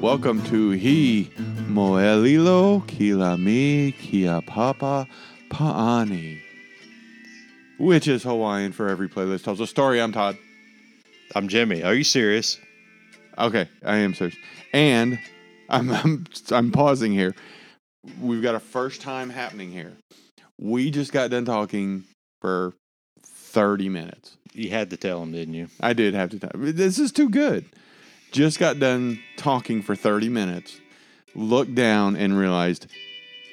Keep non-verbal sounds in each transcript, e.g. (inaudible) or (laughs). welcome to He Moelilo Kilami Kia Papa Paani, which is Hawaiian for every playlist tells a story. I'm Todd. I'm Jimmy. Are you serious? Okay, I am serious. And I'm I'm, I'm pausing here. We've got a first time happening here. We just got done talking for 30 minutes. You had to tell him, didn't you? I did have to talk. This is too good. Just got done talking for 30 minutes, looked down and realized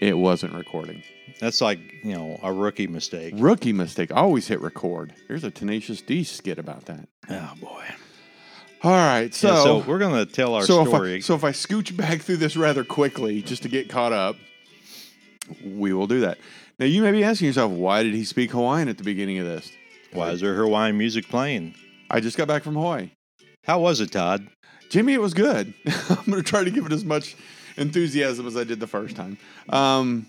it wasn't recording. That's like, you know, a rookie mistake. Rookie mistake. Always hit record. Here's a Tenacious D skit about that. Oh, boy. All right. So, Yeah, so we're going to tell our so, if I, story. so if I scooch back through this rather quickly just to get caught up, we will do that. Now, you may be asking yourself, why did he speak Hawaiian at the beginning of this? Why is there Hawaiian music playing? I just got back from Hawaii. How was it, Todd? Jimmy, it was good. (laughs) I'm going to try to give it as much enthusiasm as I did the first time. Um,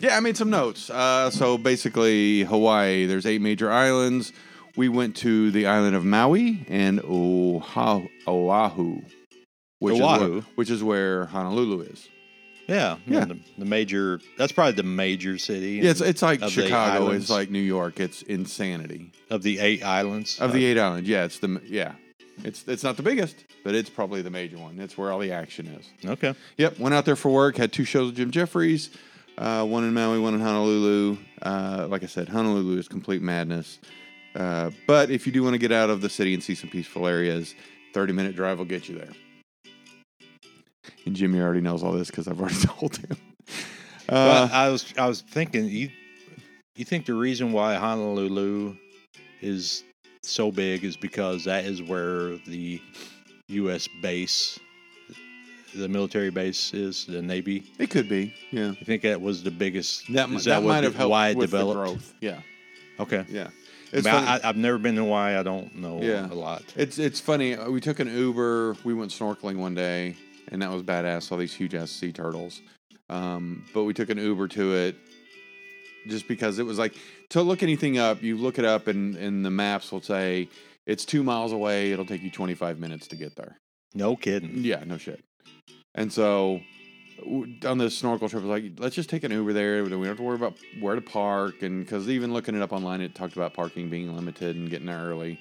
yeah, I made some notes. Uh, so basically, Hawaii, there's eight major islands. We went to the island of Maui and Oahu, Oahu, which, Is Oahu. where, which is where Honolulu is. Yeah. Yeah. The, the major, that's probably the major city Yeah, it's, it's like Of the Chicago. It's islands. like New York. It's insanity of the eight islands. of the eight islands. Yeah, it's the yeah, it's it's not the biggest, but it's probably the major one. It's where all the action is. Okay. Yep, went out there for work. Had two shows with Jim Jeffries, uh, one in Maui, one in Honolulu. Uh, like I said, Honolulu is complete madness. Uh, but if you do want to get out of the city and see some peaceful areas, thirty minute drive will get you there. And Jimmy already knows all this because I've already (laughs) told him. Well, Uh, I was I was thinking you you think the reason why Honolulu is so big is because that is where the U.S. base, the military base, is the Navy. it could be, yeah. You think that was the biggest? That, mi- is that what might the- have helped why it with developed. the growth. Yeah, Okay, yeah. I It's mean, funny. I, I've never been to Hawaii. I don't know Yeah. a lot. It's it's funny. uh, We took an Uber. We went snorkeling one day, and that was badass. Saw these huge ass sea turtles. Um, but we took an Uber to it, just because it was like to look anything up. You look it up, and and the maps will say it's two miles away. It'll take you twenty five minutes to get there. No kidding. Yeah, no shit. And so w- on this snorkel trip, I was like, let's just take an Uber there. We don't have to worry about where to park. And because even looking it up online, it talked about parking being limited and getting there early.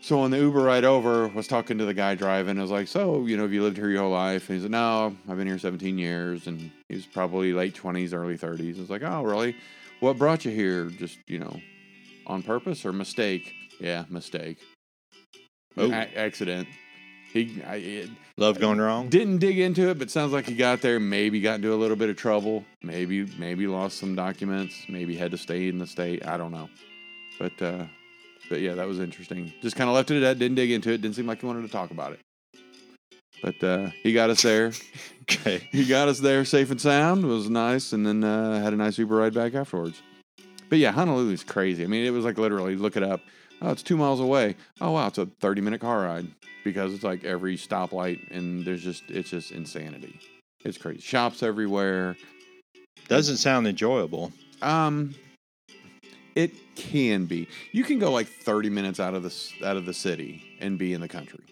So on the Uber ride over, was talking to the guy driving. I was like, so, you know, have you lived here your whole life? And he's like, no, I've been here 17 years. And he was probably late 20s, early 30s. I was like, oh, really? What brought you here? Just, you know, on purpose or mistake? Yeah, mistake. Oh. A- accident. He, I, it, Love gone wrong. didn't dig into it, but sounds like he got there. Maybe got into a little bit of trouble. Maybe maybe lost some documents. Maybe had to stay in the state. I don't know. But uh, but yeah, that was interesting. Just kind of left it at that. Didn't dig into it. Didn't seem like he wanted to talk about it. But uh, he got us there. okay. he got us there safe and sound. It was nice, and then uh, had a nice Uber ride back afterwards. But yeah, Honolulu's crazy. I mean, it was like literally look it up. Oh, it's two miles away. Oh wow, it's a thirty minute car ride because it's like every stoplight, and there's just it's just insanity. It's crazy. Shops everywhere. Doesn't sound enjoyable. Um, it can be. You can go like thirty minutes out of the s- out of the city and be in the country,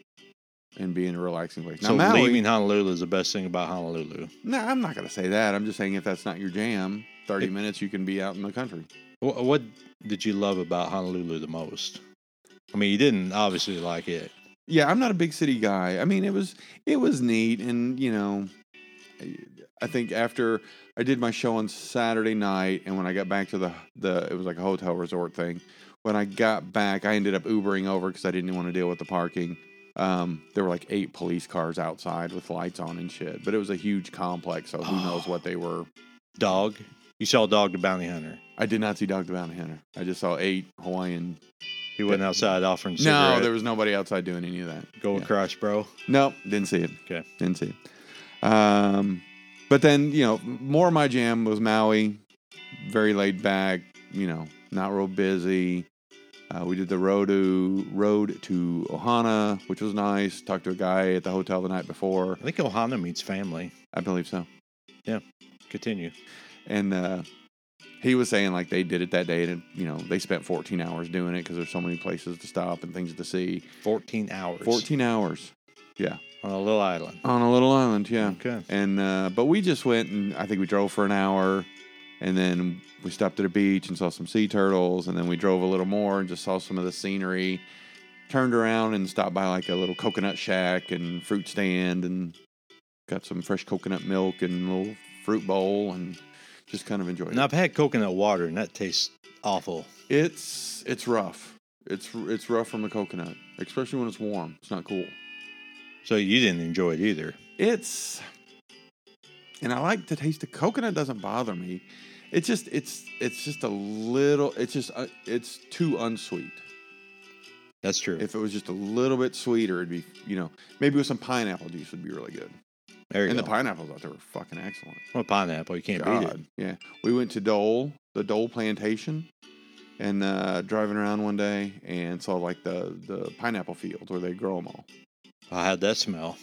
and be in a relaxing place. so Maui- leaving Honolulu is the best thing about Honolulu. No, I'm not going to say that. I'm just saying if that's not your jam, 30 minutes you can be out in the country. What, what did you love about Honolulu the most? I mean, you didn't obviously like it. Yeah, I'm not a big city guy. I mean, it was it was neat and, you know, I- I think after I did my show on Saturday night and when I got back to the the it was like a hotel resort thing. When I got back, I ended up Ubering over cuz I didn't want to deal with the parking. Um, there were like eight police cars outside with lights on and shit, but it was a huge complex, so who knows what they were Dog. You saw Dog the Bounty Hunter. I did not see Dog the Bounty Hunter. I just saw eight Hawaiian He went outside offering cigarette. No, there was nobody outside doing any of that. Go Yeah. across, bro. Nope, didn't see it. Okay. Didn't see it. Um, but then, you know, more of my jam was Maui, very laid back, you know, not real busy. Uh, we did the road to road to Ohana, which was nice. Talked to a guy at the hotel the night before. I think Ohana means family. I believe so. Continue. and uh, he was saying like they did it that day, and you know they spent 14 hours doing it because there's so many places to stop and things to see. 14 hours. 14 hours, yeah. on a little island. on a little island. Yeah. Okay. And uh, but we just went and I think we drove for an hour, and then we stopped at a beach and saw some sea turtles, and then we drove a little more and just saw some of the scenery. Turned around and stopped by like a little coconut shack and fruit stand, and got some fresh coconut milk and a little fruit bowl, and just kind of enjoyed And I've had coconut water, and that tastes awful. it. It's it's rough. It's it's rough from the coconut, especially when it's warm. It's not cool. So you didn't enjoy it either. it's and i like the taste of coconut doesn't bother me it's just it's it's just a little it's just uh, it's too unsweet That's true. if it was just a little bit sweeter it'd be you know maybe with some pineapple juice would be really good there you and go. the pineapples out there were fucking excellent well, pineapple, you can't beat it. God. yeah we went to dole the dole plantation and uh driving around one day and saw like the the pineapple fields where they grow them all I had that smell.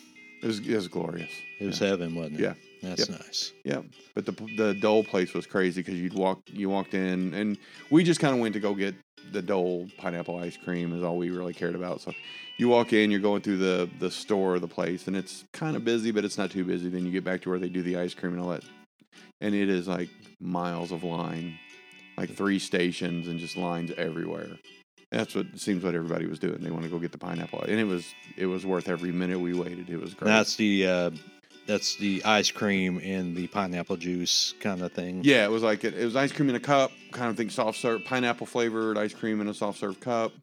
it was, it was glorious It was heaven, wasn't it? Yeah. That's nice. Yep. But the the Dole place was crazy because you'd walk you walked in and we just kind of went to go get the Dole pineapple ice cream is all we really cared about. So you walk in, you're going through the the store of the place and it's kind of busy, but it's not too busy. Then you get back to where they do the ice cream and all that, and it is like miles of line, like three stations and just lines everywhere. That's what it seems what everybody was doing. They want to go get the pineapple, and it was it was worth every minute we waited. It was great. And that's the uh, that's the ice cream and the pineapple juice kind of thing. Yeah, it was like it, it was ice cream in a cup, kind of thing, soft serve, pineapple flavored ice cream in a soft serve cup,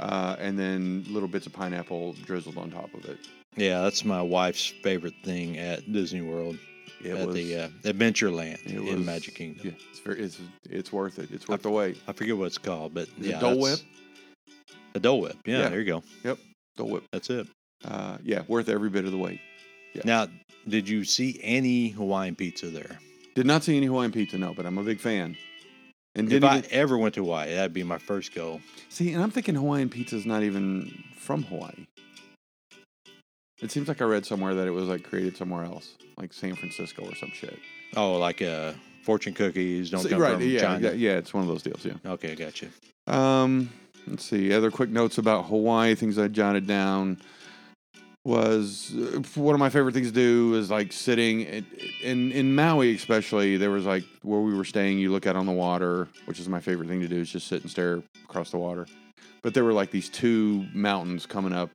uh, and then little bits of pineapple drizzled on top of it. Yeah, that's my wife's favorite thing at Disney World It at was, the uh, Adventureland It in was- Magic Kingdom. yeah, it's very, it's it's worth it. It's worth the wait. I forget what it's called, but Is it yeah, Dole that's- A Dole Whip. Yeah, Yeah. there you go. The whip. That's it. Uh, yeah, worth every bit of the wait. Now, did you see any Hawaiian pizza there? Did not see any Hawaiian pizza, no, but I'm a big fan. And if didn't I even- ever went to Hawaii, that'd be my first go. see, and I'm thinking Hawaiian pizza is not even from Hawaii. It seems like I read somewhere that it was like created somewhere else, like San Francisco or some shit. Oh, like uh, fortune cookies don't So- come right, from yeah, China. yeah, yeah, it's one of those deals, yeah. Okay, gotcha. Um, let's see. Other quick notes about Hawaii, things I jotted down was uh, one of my favorite things to do is like sitting at, in in Maui especially there was like where we were staying you look out on the water which is my favorite thing to do is just sit and stare across the water but there were like these two mountains coming up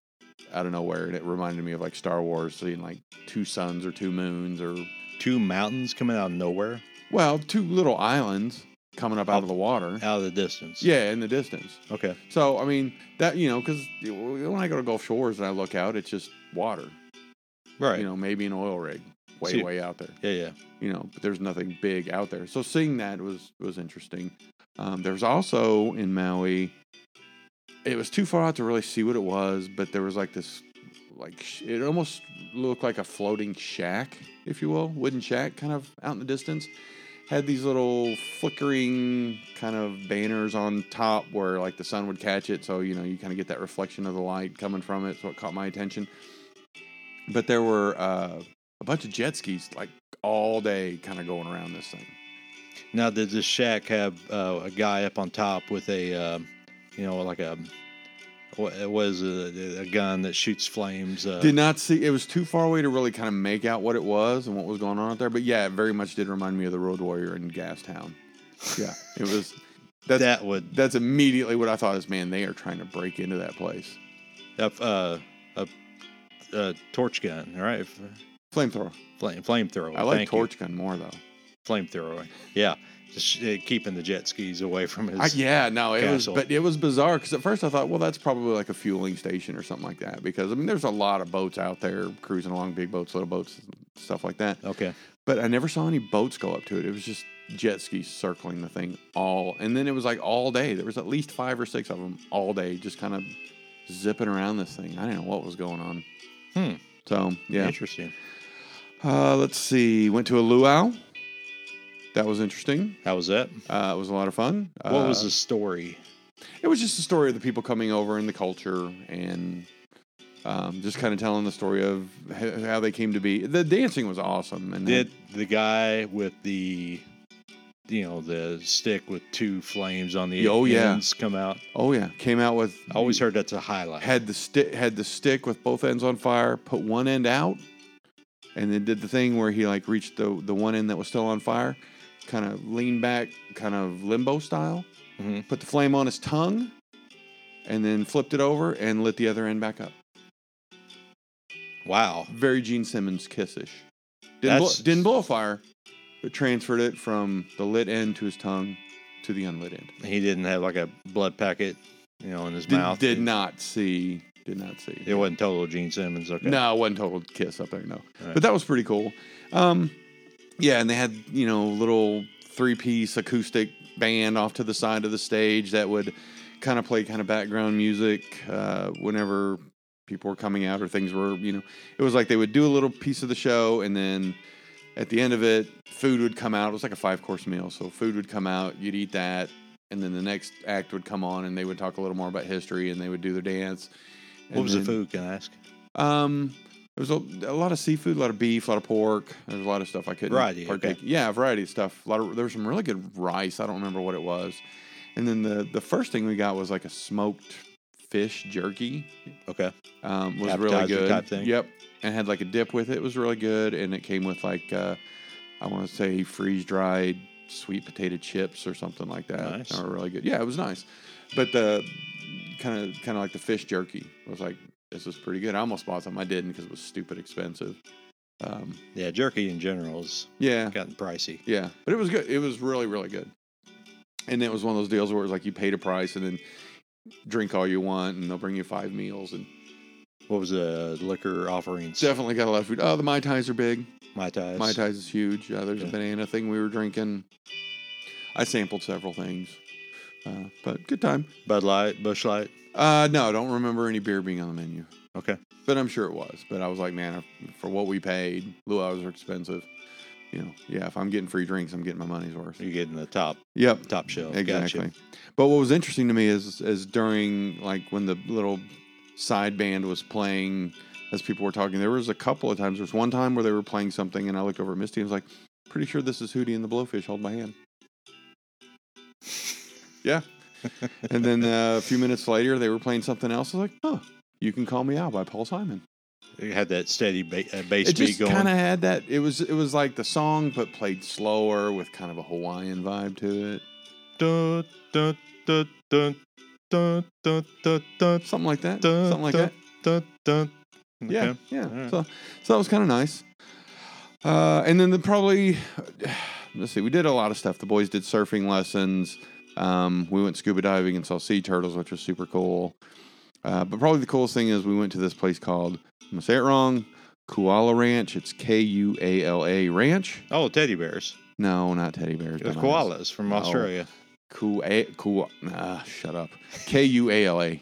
out of nowhere and it reminded me of like Star Wars seeing like two suns or two moons or Two mountains coming out of nowhere, well two little islands coming up Oh. out of the water out of the distance. yeah in the distance Okay. so I mean that you know because when I go to Gulf Shores and I look out, it's just water. Right. You know, maybe an oil rig way See- way out there. yeah, yeah. You know, but there's nothing big out there. So seeing that was was interesting. Um, there's also in Maui, it was too far out to really see what it was, but there was like this, like sh- it almost looked like a floating shack, if you will, wooden shack, kind of out in the distance. Had these little flickering kind of banners on top where like the sun would catch it, so you know you kind of get that reflection of the light coming from it. So it caught my attention. But there were uh, a bunch of jet skis like all day, kind of going around this thing. Now, did this shack have uh, a guy up on top with a, uh, you know, like a, what was a, a gun that shoots flames? Uh, Did not see. It was too far away to really kind of make out what it was and what was going on out there. But yeah, it very much did remind me of the Road Warrior in Gastown. Yeah, (laughs) it was. That's that would that's immediately what I thought is, man, they are trying to break into that place. a, uh, a, a torch gun, all right? Flamethrower. Flame flamethrower. I like thank you. torch gun more though. Flamethrower. Yeah, just uh, keeping the jet skis away from his. I, yeah, no, it Castle. was, but it was bizarre because at first I thought, well, that's probably like a fueling station or something like that because I mean, there's a lot of boats out there cruising along, big boats, little boats, stuff like that. Okay. But I never saw any boats go up to it. It was just jet skis circling the thing all, and then it was like all day. There was at least five or six of them all day, just kind of zipping around this thing. I didn't know what was going on. Hmm. So yeah, Interesting. uh, let's see. Went to a luau. That was interesting. How was that? Uh, it was a lot of fun. What was Uh, the story? it was just the story of the people coming over and the culture and um, just kind of telling the story of h- how they came to be. The dancing was awesome. And Did the guy with the you know the stick with two flames on the Oh, yeah. ends come out. Oh yeah, came out with. I always heard that's a highlight. had the stick had the stick with both ends on fire, put one end out, and then did the thing where he like reached the the one end that was still on fire, kind of leaned back, kind of limbo style, Mhm. put the flame on his tongue, and then flipped it over and lit the other end back up. Wow, Very Gene Simmons kissish. Didn't blow, That's- didn't blow a fire, but transferred it from the lit end to his tongue to the unlit end. he didn't have like a blood packet, you know, in his Did, mouth. did not see. Did not see. It wasn't total Gene Simmons. Okay. No, it wasn't total kiss up there, no. Right. But that was pretty cool. Um, yeah, and they had, you know, little three piece acoustic band off to the side of the stage that would kind of play kind of background music uh, whenever people were coming out or things were, you know, it was like they would do a little piece of the show and then at the end of it, food would come out. It was like a five course meal. So food would come out, you'd eat that. And then the next act would come on, and they would talk a little more about history, and they would do their dance. What was And the then- food? Can I ask? um, there was a, a lot of seafood, a lot of beef, a lot of pork. There's a lot of stuff I couldn't Variety, partake. Yeah, variety of stuff. A lot of there was some really good rice. I don't remember what it was. And then the the first thing we got was like a smoked fish jerky. Okay. Um, was really Appetizer good. type thing? Yep, and had like a dip with it. It was really good, and it came with like uh, I want to say freeze dried sweet potato chips or something like that. Nice. They were really good. Yeah, it was nice. But the kind of kind of like the fish jerky I was like this was pretty good. I almost bought some. I didn't because it was stupid expensive. Um, Yeah, jerky in general has yeah, gotten pricey. yeah, but it was good. It was really really good. And it was one of those deals where it was like you paid a price and then drink all you want, and they'll bring you five meals. And What was the liquor offerings? definitely got a lot of food. Oh, the mai tais are big. Mai Tais. Mai Tais is huge. Yeah, there's a Yeah. banana thing we were drinking. I sampled several things, uh, but good time. Bud Light, Bush Light. Uh, no, I don't remember any beer being on the menu, Okay. but I'm sure it was. But I was like, man, for what we paid, luau's are expensive. You know, yeah, if I'm getting free drinks, I'm getting my money's worth. You're getting the top Yep, top shelf. exactly. Gotcha. But what was interesting to me is is during like when the little side band was playing, as people were talking, there was a couple of times. There was one time where they were playing something, and I looked over at Misty and was like, "Pretty sure this is Hootie and the Blowfish." Hold my hand. (laughs) yeah. and then uh, a few minutes later, they were playing something else. I was like, "Huh." You can call me out by Paul Simon. It had that steady ba- uh, bass It beat just going. kind of had that. It was it was like the song, but played slower with kind of a Hawaiian vibe to it, Dun, dun, dun, dun, dun, dun, dun, dun, something like that, dun, something like dun, that. dun, dun. Yeah, Okay. yeah. Alright. So, so that was kind of nice. Uh, and then the probably, (sighs) let's see, we did a lot of stuff. The boys did surfing lessons. Um, we went scuba diving and saw sea turtles, which was super cool. Uh, but probably the coolest thing is we went to this place called I'm gonna say it wrong, Koala Ranch. It's K U A L A Ranch. Oh, teddy bears. No, not teddy bears. It was dumbass. koalas from No. Australia. (laughs) Ku a ku. Nah, shut up. K U A L A.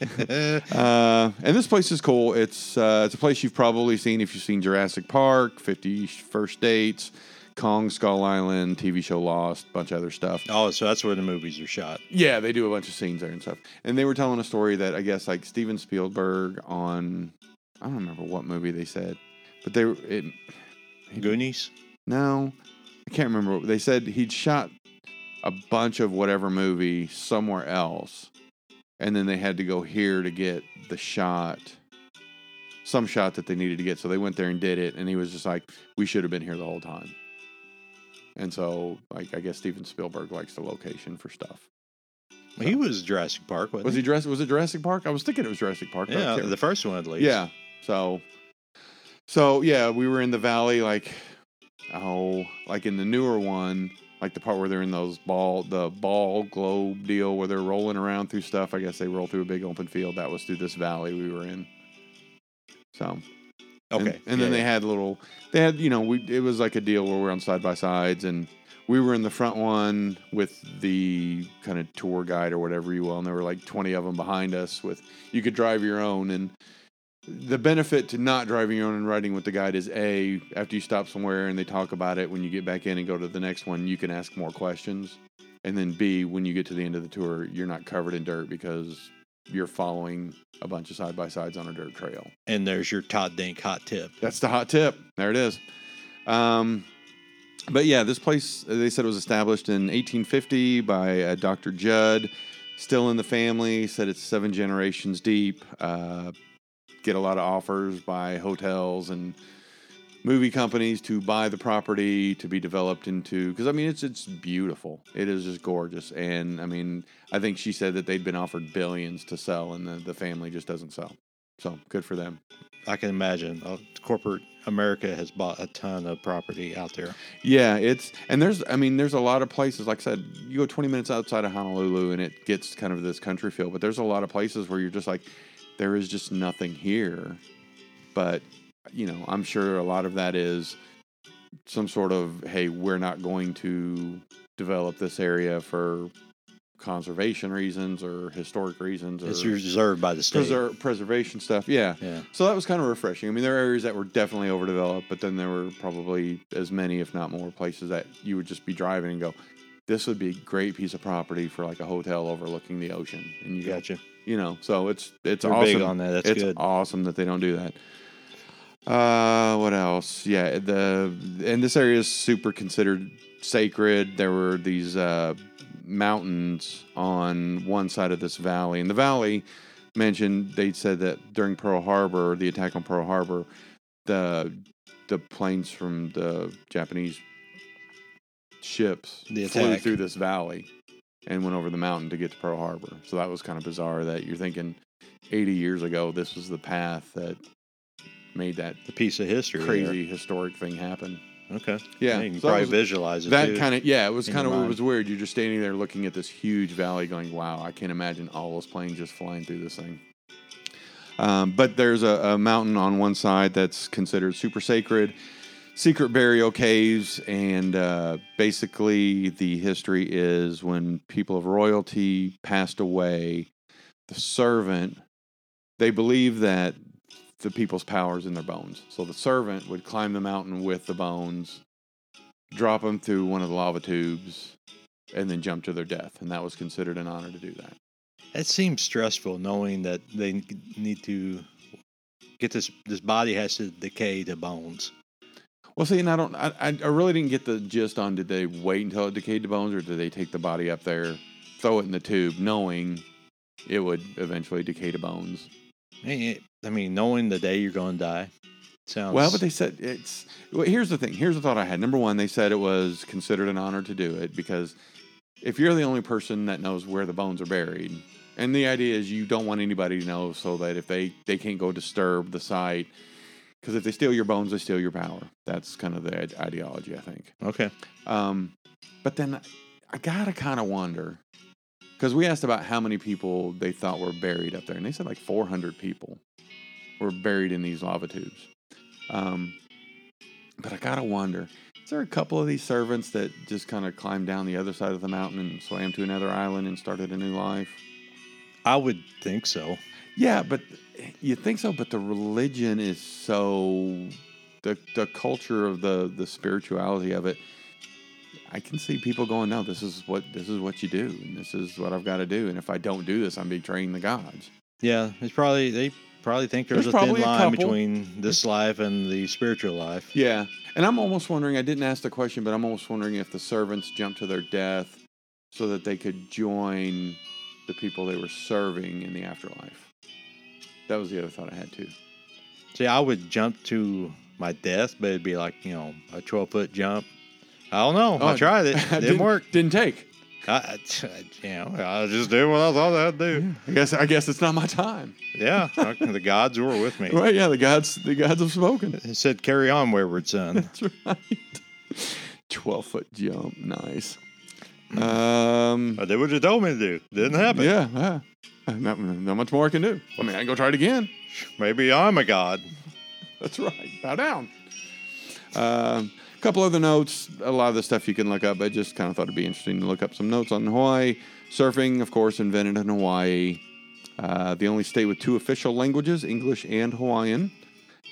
Uh, and this place is cool. It's uh, it's a place you've probably seen if you've seen Jurassic Park, Fifty First Dates, Kong Skull Island, TV show Lost, bunch of other stuff. oh, so that's where the movies are shot. Yeah, they do a bunch of scenes there and stuff. And they were telling a story that I guess like Steven Spielberg on I don't remember what movie they said, but they were- it, Goonies. no, I can't remember. They said he'd shot a bunch of whatever movie somewhere else, and then they had to go here to get the shot, some shot that they needed to get. So they went there and did it, and he was just like, "We should have been here the whole time." And so, like, I guess Steven Spielberg likes the location for stuff. He was Jurassic Park, wasn't Oh. Was he dressed? Was it Jurassic Park? I was thinking it was Jurassic Park. but I Yeah, can't the first one at least. yeah. So, so yeah, we were in the valley, like, oh, like in the newer one, like the part where they're in those ball, the ball globe deal where they're rolling around through stuff. I guess they roll through a big open field. That was through this valley we were in. So, and- Okay. And, then they had little, they had, you know, we it was like a deal where we're on side by sides, and we were in the front one with the kind of tour guide or whatever you will, and there were like twenty of them behind us. With you could drive your own, and the benefit to not driving your own and riding with the guide is a after you stop somewhere and they talk about it when you get back in and go to the next one, you can ask more questions, and then B when you get to the end of the tour, you're not covered in dirt because you're following a bunch of side by sides on a dirt trail. And there's your Todd Dink hot tip. That's the hot tip. There it is. Um, But yeah, this place uh, they said it was established in 1850 by uh, Dr. Judd. Still in the family. Said it's seven generations deep. Uh, get a lot of offers by hotels and movie companies to buy the property to be developed into. Because I mean, it's it's beautiful. It is just gorgeous. And I mean, I think she said that they'd been offered billions to sell, and the, the family just doesn't sell. So good for them. I can imagine. Uh, corporate America has bought a ton of property out there. Yeah, it's and there's I mean there's a lot of places like I said you go 20 minutes outside of Honolulu and it gets kind of this country feel, but there's a lot of places where you're just like there is just nothing here. But you know, I'm sure a lot of that is some sort of hey, we're not going to develop this area for conservation reasons or historic reasons It's or reserved by the state. preser- preservation stuff. Yeah. Yeah. So that was kind of refreshing. I mean, there are areas that were definitely overdeveloped, but then there were probably as many, if not more, places that you would just be driving and go, "This would be a great piece of property for like a hotel overlooking the ocean." And you go, Gotcha. you know, so it's it's They're awesome. big on that. That's it's good. awesome that they don't do that. Uh, what else? Yeah, the and this area is super considered sacred. There were these uh, mountains on one side of this valley, and the valley mentioned they said that during Pearl Harbor, the attack on Pearl Harbor, the the planes from the Japanese ships The flew attack. through this valley and went over the mountain to get to Pearl Harbor. So that was kind of bizarre that you're thinking 80 years ago this was the path that made that The piece of history. there. crazy historic thing happen. Okay. Yeah, you can so that probably was- visualize it. that too. kind of yeah, it was in kind your of it mind. was weird. You're just standing there looking at this huge valley, going, "Wow, I can't imagine all those planes just flying through this thing." Um, but there's a, a mountain on one side that's considered super sacred, secret burial caves, and uh, basically the history is when people of royalty passed away, the servant they believe that the people's power is in their bones. So the servant would climb the mountain with the bones, drop them through one of the lava tubes, and then jump to their death. And that was considered an honor to do that. That seems stressful, knowing that they n- need to get this. This body has to decay to bones. Well, see, and I don't, I, I I really didn't get the gist on did they wait until it decayed to bones or did they take the body up there, throw it in the tube, knowing it would eventually decay to bones? Eh, I mean, knowing the day you're going to die sounds. Well, but they said it's. Well, here's the thing. Here's the thought I had. Number one, they said it was considered an honor to do it because if you're the only person that knows where the bones are buried, and the idea is you don't want anybody to know so that if they they can't go disturb the site, because if they steal your bones, they steal your power. That's kind of the ide- ideology, I think. okay. Um, but then I gotta kind of wonder because we asked about how many people they thought were buried up there, and they said like 400 people were buried in these lava tubes. Um, but I gotta wonder, is there a couple of these servants that just kind of climbed down the other side of the mountain and swam to another island and started a new life? I would think so. Yeah, but you think so, but the religion is so the the culture of the the spirituality of it. I can see people going, "No, this is what this is what you do, and this is what I've got to do, and if I don't do this, I'm betraying the gods." Yeah, it's probably they probably think there's, There's a thin probably a line couple. between this life and the spiritual life. Yeah, and I'm almost wondering. I didn't ask the question, but I'm almost wondering if the servants jumped to their death so that they could join the people they were serving in the afterlife. That was the other thought I had too. See, I would jump to my death, but it'd be like you know a 12 foot jump. I don't know. I Oh, (laughs) tried it. Didn't, work. Didn't take. I, I, you know, I just did what I thought I'd do. I guess I guess it's not my time. Yeah, I- the gods were with me. Right, yeah, the gods the gods have spoken. It said, "Carry on, wayward (laughs) son." That's right. Twelve foot jump, nice. Um I did what you told me to do. Didn't happen. Yeah, yeah. Not, not much more I can do. I mean I can go try it again. Maybe I'm a god. That's right. Bow down. Um, a couple other notes. A lot of the stuff you can look up. I just kind of thought it'd be interesting to look up some notes on Hawaii. Surfing, of course, invented in Hawaii. Uh, the only state with two official languages, English and Hawaiian.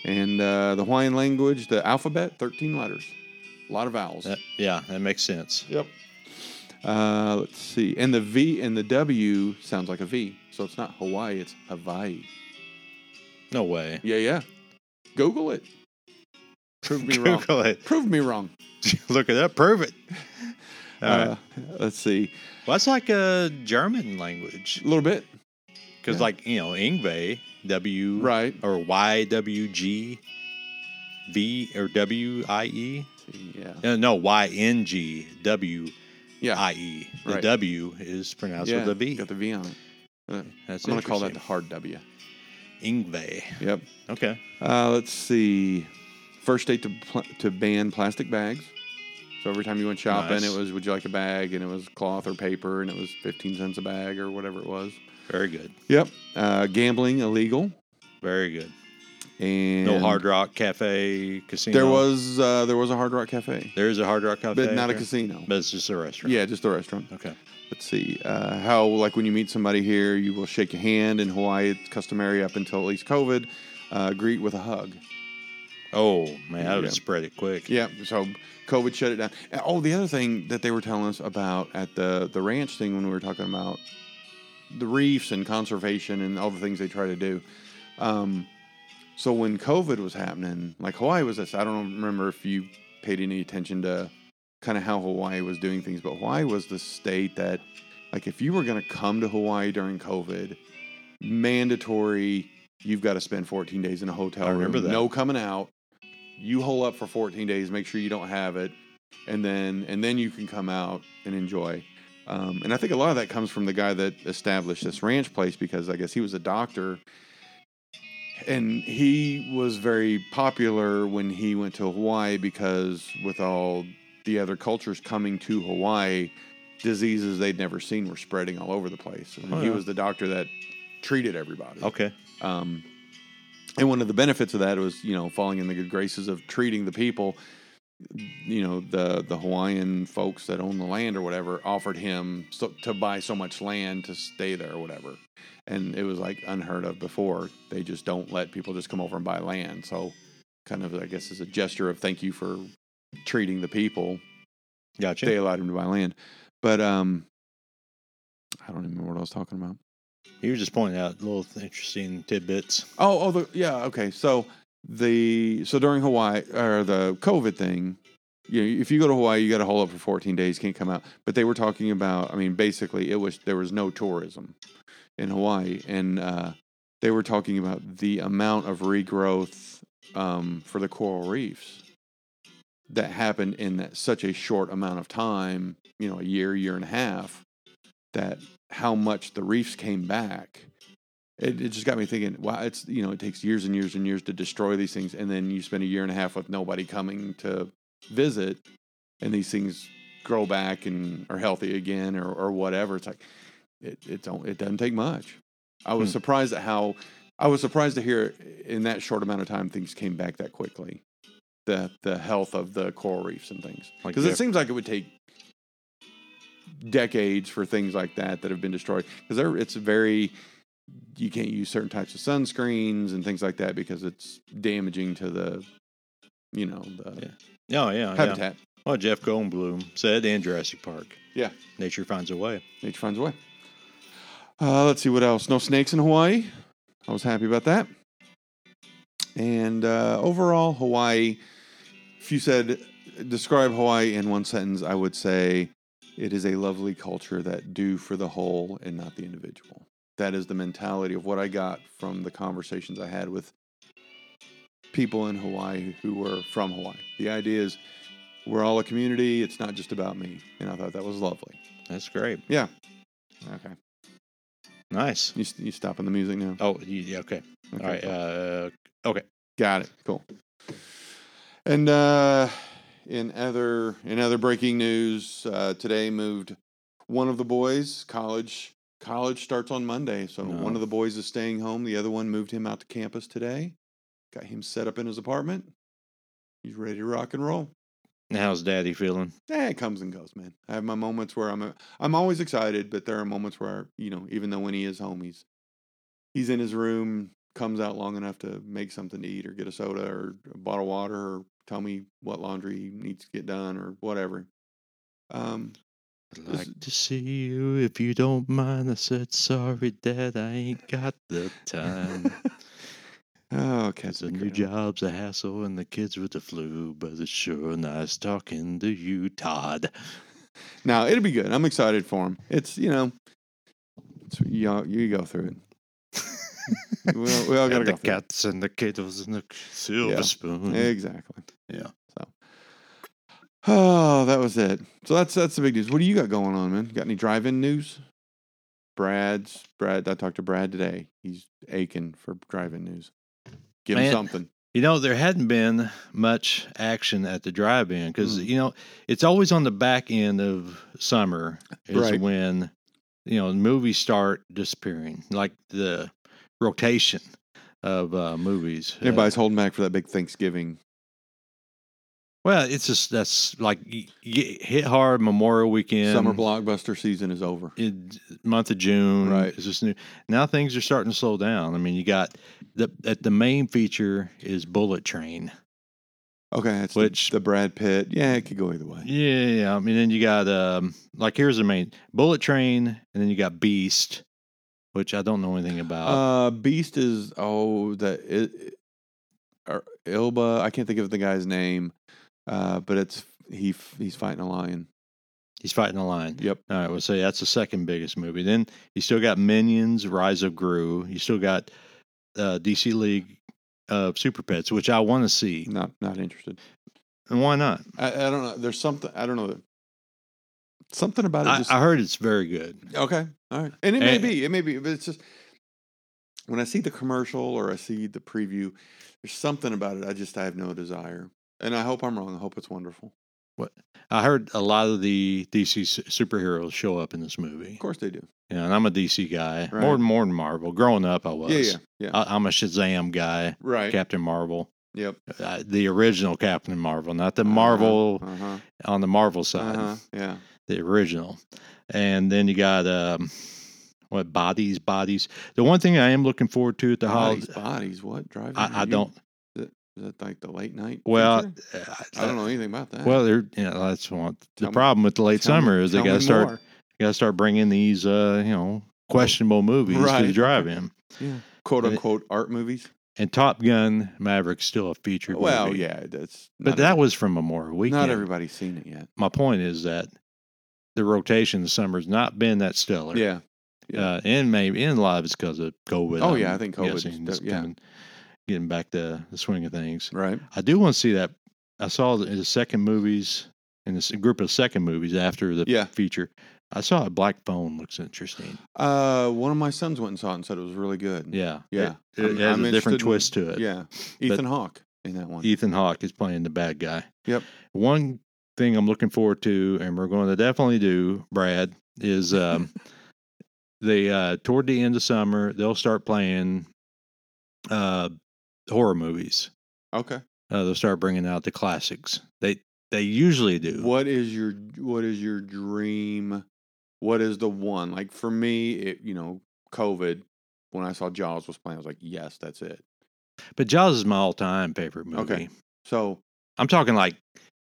And uh, the Hawaiian language, the alphabet, 13 letters. A lot of vowels. That- Uh, yeah, that makes sense. Yep. Uh, let's see. And the V and the W sounds like a V. So it's not Hawaii, it's Hawaii. No way. Yeah, yeah. Google it. Prove (laughs) me wrong. Google it. Prove me wrong. Look it up. Prove it. All right. Uh, let's see. Well, that's like a German language A little bit. because, Yeah. like you know, Ingve W Right. or Y W G V or W I E. Yeah. Uh, No, Y N G W Yeah. I E. The Right. W is pronounced yeah. with a V. Got the V on it. Uh, That's I'm gonna call that the interesting. hard W. Ingve. Yep. Okay. Uh, let's see. First state to pl- to ban plastic bags. So every time you went shopping, Nice. it was would you like a bag, and it was cloth or paper, and it was fifteen cents a bag or whatever it was. Very good. Yep. Uh, gambling illegal. Very good. And no Hard Rock Cafe casino. There was uh, there was a Hard Rock Cafe, There is a Hard Rock Cafe. but not a there? casino. But it's just a restaurant. Yeah, just a restaurant. Okay. Let's see. Uh, how like when you meet somebody here, you will shake a hand. In Hawaii, it's customary up until at least COVID. Uh, greet with a hug. Oh man, I would Yeah. spread it quick. Yeah, so COVID shut it down. And- Oh, the other thing that they were telling us about at the the ranch thing when we were talking about the reefs and conservation and all the things they try to do. Um, so when COVID was happening, like Hawaii was this. I don't remember if you paid any attention to kind of how Hawaii was doing things, but Hawaii was the state that, like, if you were going to come to Hawaii during COVID, mandatory, you've got to spend 14 days in a hotel I room. remember that. No coming out. You hole up for 14 days, make sure you don't have it, and then and then you can come out and enjoy. Um, and I think a lot of that comes from the guy that established this ranch place because I guess he was a doctor and he was very popular when he went to Hawaii because with all the other cultures coming to Hawaii, diseases they'd never seen were spreading all over the place. And Oh, he yeah. was the doctor that treated everybody. Okay. Um, and one of the benefits of that was, you know, falling in the good graces of treating the people. You know, the the Hawaiian folks that own the land or whatever offered him so, to buy so much land to stay there or whatever, and it was like unheard of before. They just don't let people just come over and buy land. So, kind of, I guess, is a gesture of thank you for treating the people Gotcha. they allowed him to buy land. But um, I don't even remember what I was talking about. You were just pointing out little th- interesting tidbits. Oh, oh, the, yeah, okay. So the so during Hawaii or the COVID thing, you know, if you go to Hawaii, you got to hole up for 14 days, can't come out. But they were talking about, I mean, basically, it was there was no tourism in Hawaii, and uh, they were talking about the amount of regrowth um, for the coral reefs that happened in that such a short amount of time, you know, a year, year and a half, that how much the reefs came back it, it just got me thinking wow it's you know it takes years and years and years to destroy these things and then you spend a year and a half with nobody coming to visit and these things grow back and are healthy again or, or whatever it's like it, it don't it doesn't take much i was Hmm. surprised at how i was surprised to hear in that short amount of time things came back that quickly the the health of the coral reefs and things Like because diff- it seems like it would take decades for things like that that have been destroyed because it's very you can't use certain types of sunscreens and things like that because it's damaging to the you know the Yeah. Oh yeah. yeah. habitat Well, Jeff Goldblum said in Jurassic Park. Yeah. Nature finds a way. nature finds a way uh, let's see what else no snakes in hawaii i was happy about that and uh, overall hawaii if you said describe hawaii in one sentence i would say it is a lovely culture that do for the whole and not the individual that is the mentality of what i got from the conversations i had with people in hawaii who were from hawaii the idea is we're all a community it's not just about me and i thought that was lovely That's great. Okay. Nice. You, you stopping the music now? Oh, you, yeah, okay. Okay, All right. cool. Uh, Got it. Cool. And uh, in other in other breaking news, uh, today moved one of the boys. College college starts on Monday, so No. one of the boys is staying home. The other one moved him out to campus today. Got him set up in his apartment. He's ready to rock and roll. how's Daddy feeling? Eh, it comes and goes, man. I have my moments where I'm uh, I'm always excited, but there are moments where you know, even though when he is home, he's he's in his room, comes out long enough to make something to eat or get a soda or a bottle of water or tell me what laundry he needs to get done or whatever. Um, I'd This- like to see you if you (laughs) don't mind. I said sorry, Dad. I ain't got the time. Oh, cats in It's a the new ground. job's a hassle and the kids with the flu, but it's sure nice talking to you, Todd. Now it'll be good. I'm excited for him. It's you know, it's, you you go through it. we all, we all (laughs) And gotta the go through it. cats and the kittles and the silver Yeah. spoon. Exactly. Mm-hmm. Yeah. So. Oh, that was it. So that's that's the big news. What do you got going on, man? Got any drive-in news? Brad's Brad. I talked to Brad today. He's aching for drive-in news. Give him Man. uh, something. You know, there hadn't been much action at the drive-in because Mm. you know it's always on the back end of summer is Right. when you know movies start disappearing, like the rotation of uh, movies. Uh, Everybody's holding back for that big Thanksgiving. well, it's just that's like y- y- hit hard Memorial Weekend, Summer blockbuster season is over. in month of June. Right. It's just new. Now things are starting to slow down. I mean, you got the that the main feature is Bullet Train. Okay, that's the- Which- the Brad Pitt. Yeah, it could go either way. Yeah, yeah. I mean, then you got um, like here's the main Bullet Train, and then you got Beast, which I don't know anything about. Uh, Beast is oh that it, or Ilba. I can't think of the guy's name, uh, but it's he f- he's fighting a lion. He's fighting a lion. Yep. All right, we'll say that's the second biggest movie. Then you still got Minions, Rise of Gru. You still got uh, DC League uh, Super Pets, which I want to see. Not not interested. And why not? I, I don't know. There's something I don't know. Something about it. I, just, I heard it's very good. okay. All right. And it may And- be. It may be. But it's just when I see the commercial or I see the preview, there's something about it. I just I have no desire. And I hope I'm wrong. I hope it's wonderful. I heard a lot of the DC su- superheroes show up in this movie. Of course they do. Yeah, and I'm a DC guy. Right. More and more than Marvel. Growing up, I was. Yeah, yeah, yeah. I, I'm a Shazam guy. right. Captain Marvel, yep. uh, the original Captain Marvel, not the Marvel Uh huh. on the Marvel side, Uh-huh. Yeah. the original. And then you got um, what bodies, bodies. The one thing I am looking forward to at the bodies, holidays, bodies, what driving? I, Are I you- don't. Is that like the late night? Well, feature? I, I don't know anything about that. Well, they're, you know, that's one. The Tell me- problem with the late Tell me- summer is they tell me got to start more. got to start bringing these uh, you know questionable movies to the Right. drive-in. Yeah. quote and it- unquote art movies. And Top Gun Maverick's still a featured Well, movie. yeah, that's But not that every- was from Memorial Weekend. not everybody's seen it yet. my point is that the rotation this summer's not been that stellar. Yeah, yeah. Uh, and maybe in live is because of COVID. Oh, yeah, I think COVID guessing, is it's de- yeah. coming- getting back to the swing of things. right. I do want to see that. I saw the, the second movies in this group of second movies after the Yeah. feature. I saw a black phone looks interesting. Uh, one of my sons went and saw it and said it was really good. Yeah, Yeah. It, it I'm- I'm has a interested in- different twist to it. yeah. Ethan Hawke in that one. Ethan Hawke is playing the bad guy. Yep. One thing I'm looking forward to, and we're going to definitely do, Brad, (laughs) is um, they uh, toward the end of summer they'll start playing uh, horror movies. Okay. Uh, they'll start bringing out the classics. They they usually do. What is your What is your dream? What is the one? Like for me, it you know, COVID. When I saw Jaws was playing, I was like, yes, that's it. But Jaws is my all time favorite movie. Okay. So I'm talking like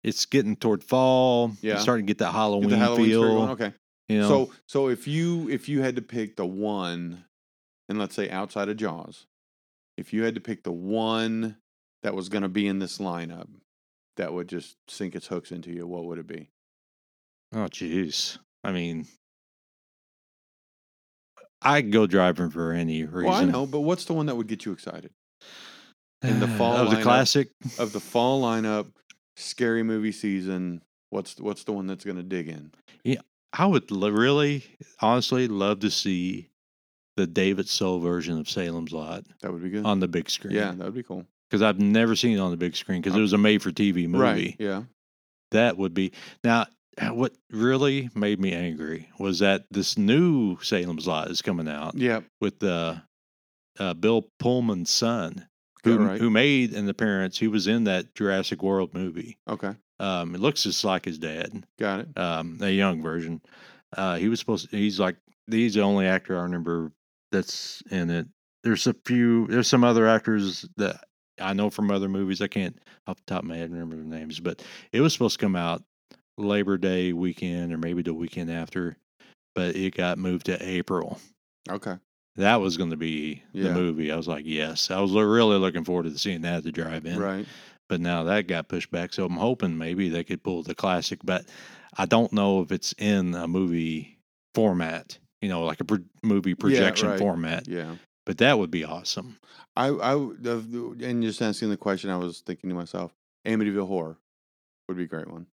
it's getting toward fall. Yeah. It's starting to get that get Halloween, the Halloween feel. spirit going? Okay. You know. So so if you if you had to pick the one, and let's say outside of Jaws, if you had to pick the one that was going to be in this lineup that would just sink its hooks into you, what would it be? Oh, jeez. I mean, I could go driving for any reason. Well, I (sighs) know, but what's the one that would get you excited in the fall of the lineup. classic. of the fall lineup? Scary movie season. What's what's the one that's going to dig in? (sighs) I would lo- really, honestly, love to see the David Soul version of Salem's Lot That would be good. on the big screen. Mm. yeah, that would be cool. because I've never seen it on the big screen because it was a made-for-TV movie. Right? Yeah. That would be now. uh, What really made me angry was that this new Salem's Lot is coming out Yeah. with uh, uh, Bill Pullman's son. Got who, right. who made an appearance. He was in that Jurassic World movie. Okay. Um, it looks just like his dad, Got it. um, a young version. Uh, he was supposed. To, he's like he's the only actor I remember that's in it. There's a few. There's some other actors that I know from other movies. I can't off the top of my head remember their names, but it was supposed to come out Labor Day weekend or maybe the weekend after, but it got moved to April. Okay. That was going to be Yeah. the movie. I was like, yes. I was lo- really looking forward to seeing that at the drive-in. Right. But now that got pushed back, so I'm hoping maybe they could pull the classic. But I don't know if it's in a movie format. You know, like a pro- movie projection right. format. Yeah. But that would be awesome. I, I, would- of- and just asking the question, I was thinking to myself, Amityville Horror would be a great one.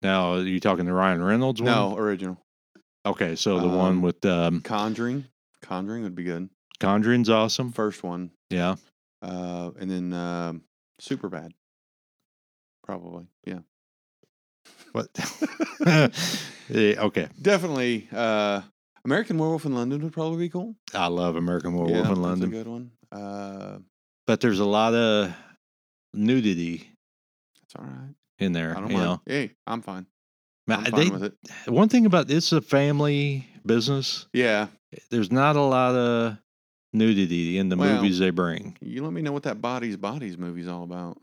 Now, are you talking the Ryan Reynolds one? No, original. Okay, so the Um, one with um, Conjuring. Conjuring would be good. Conjuring's awesome. First one. Yeah. Uh, and then um, Super Bad. Probably. Yeah. What? (laughs) Yeah, okay. Definitely. Uh, American Werewolf in London would probably be cool. I love American Yeah, Werewolf that's in London. a good one. Uh, but there's a lot of nudity it's all right. in there. I don't you mind. know, Hey, I'm fine. Ma- uh, I'm fine they- with it. one thing about it's a family business. Yeah. There's not a lot of nudity in the Well- movies they bring. You let me know what that Bodies Bodies movie's all about.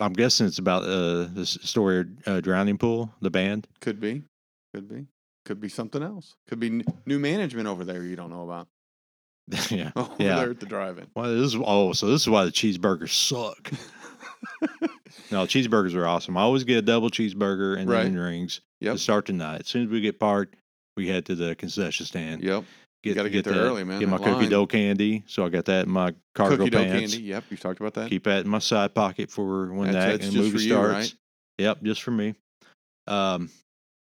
I'm guessing it's about uh, the s- story of uh, Drowning Pool, the band. (laughs) Could be. Could be. Could be something else. Could be n- new management over there you don't know about. (laughs) yeah. Over Yeah. there at the drive in. Well, this is, oh, so this is why the (laughs) cheeseburgers suck. No, cheeseburgers are awesome. I always get a double cheeseburger and Right. onion rings Yep. to start the night. As soon as we get parked, we head to the concession stand. Yep. You gotta get there that- early, man. Get my That cookie line. dough candy. So I got that in my cargo Cookie dough pants. candy. Yep. You've talked about that. Keep that in my side pocket for when That's- that that's and just movie for you, starts. right? Yep, just for me. Um,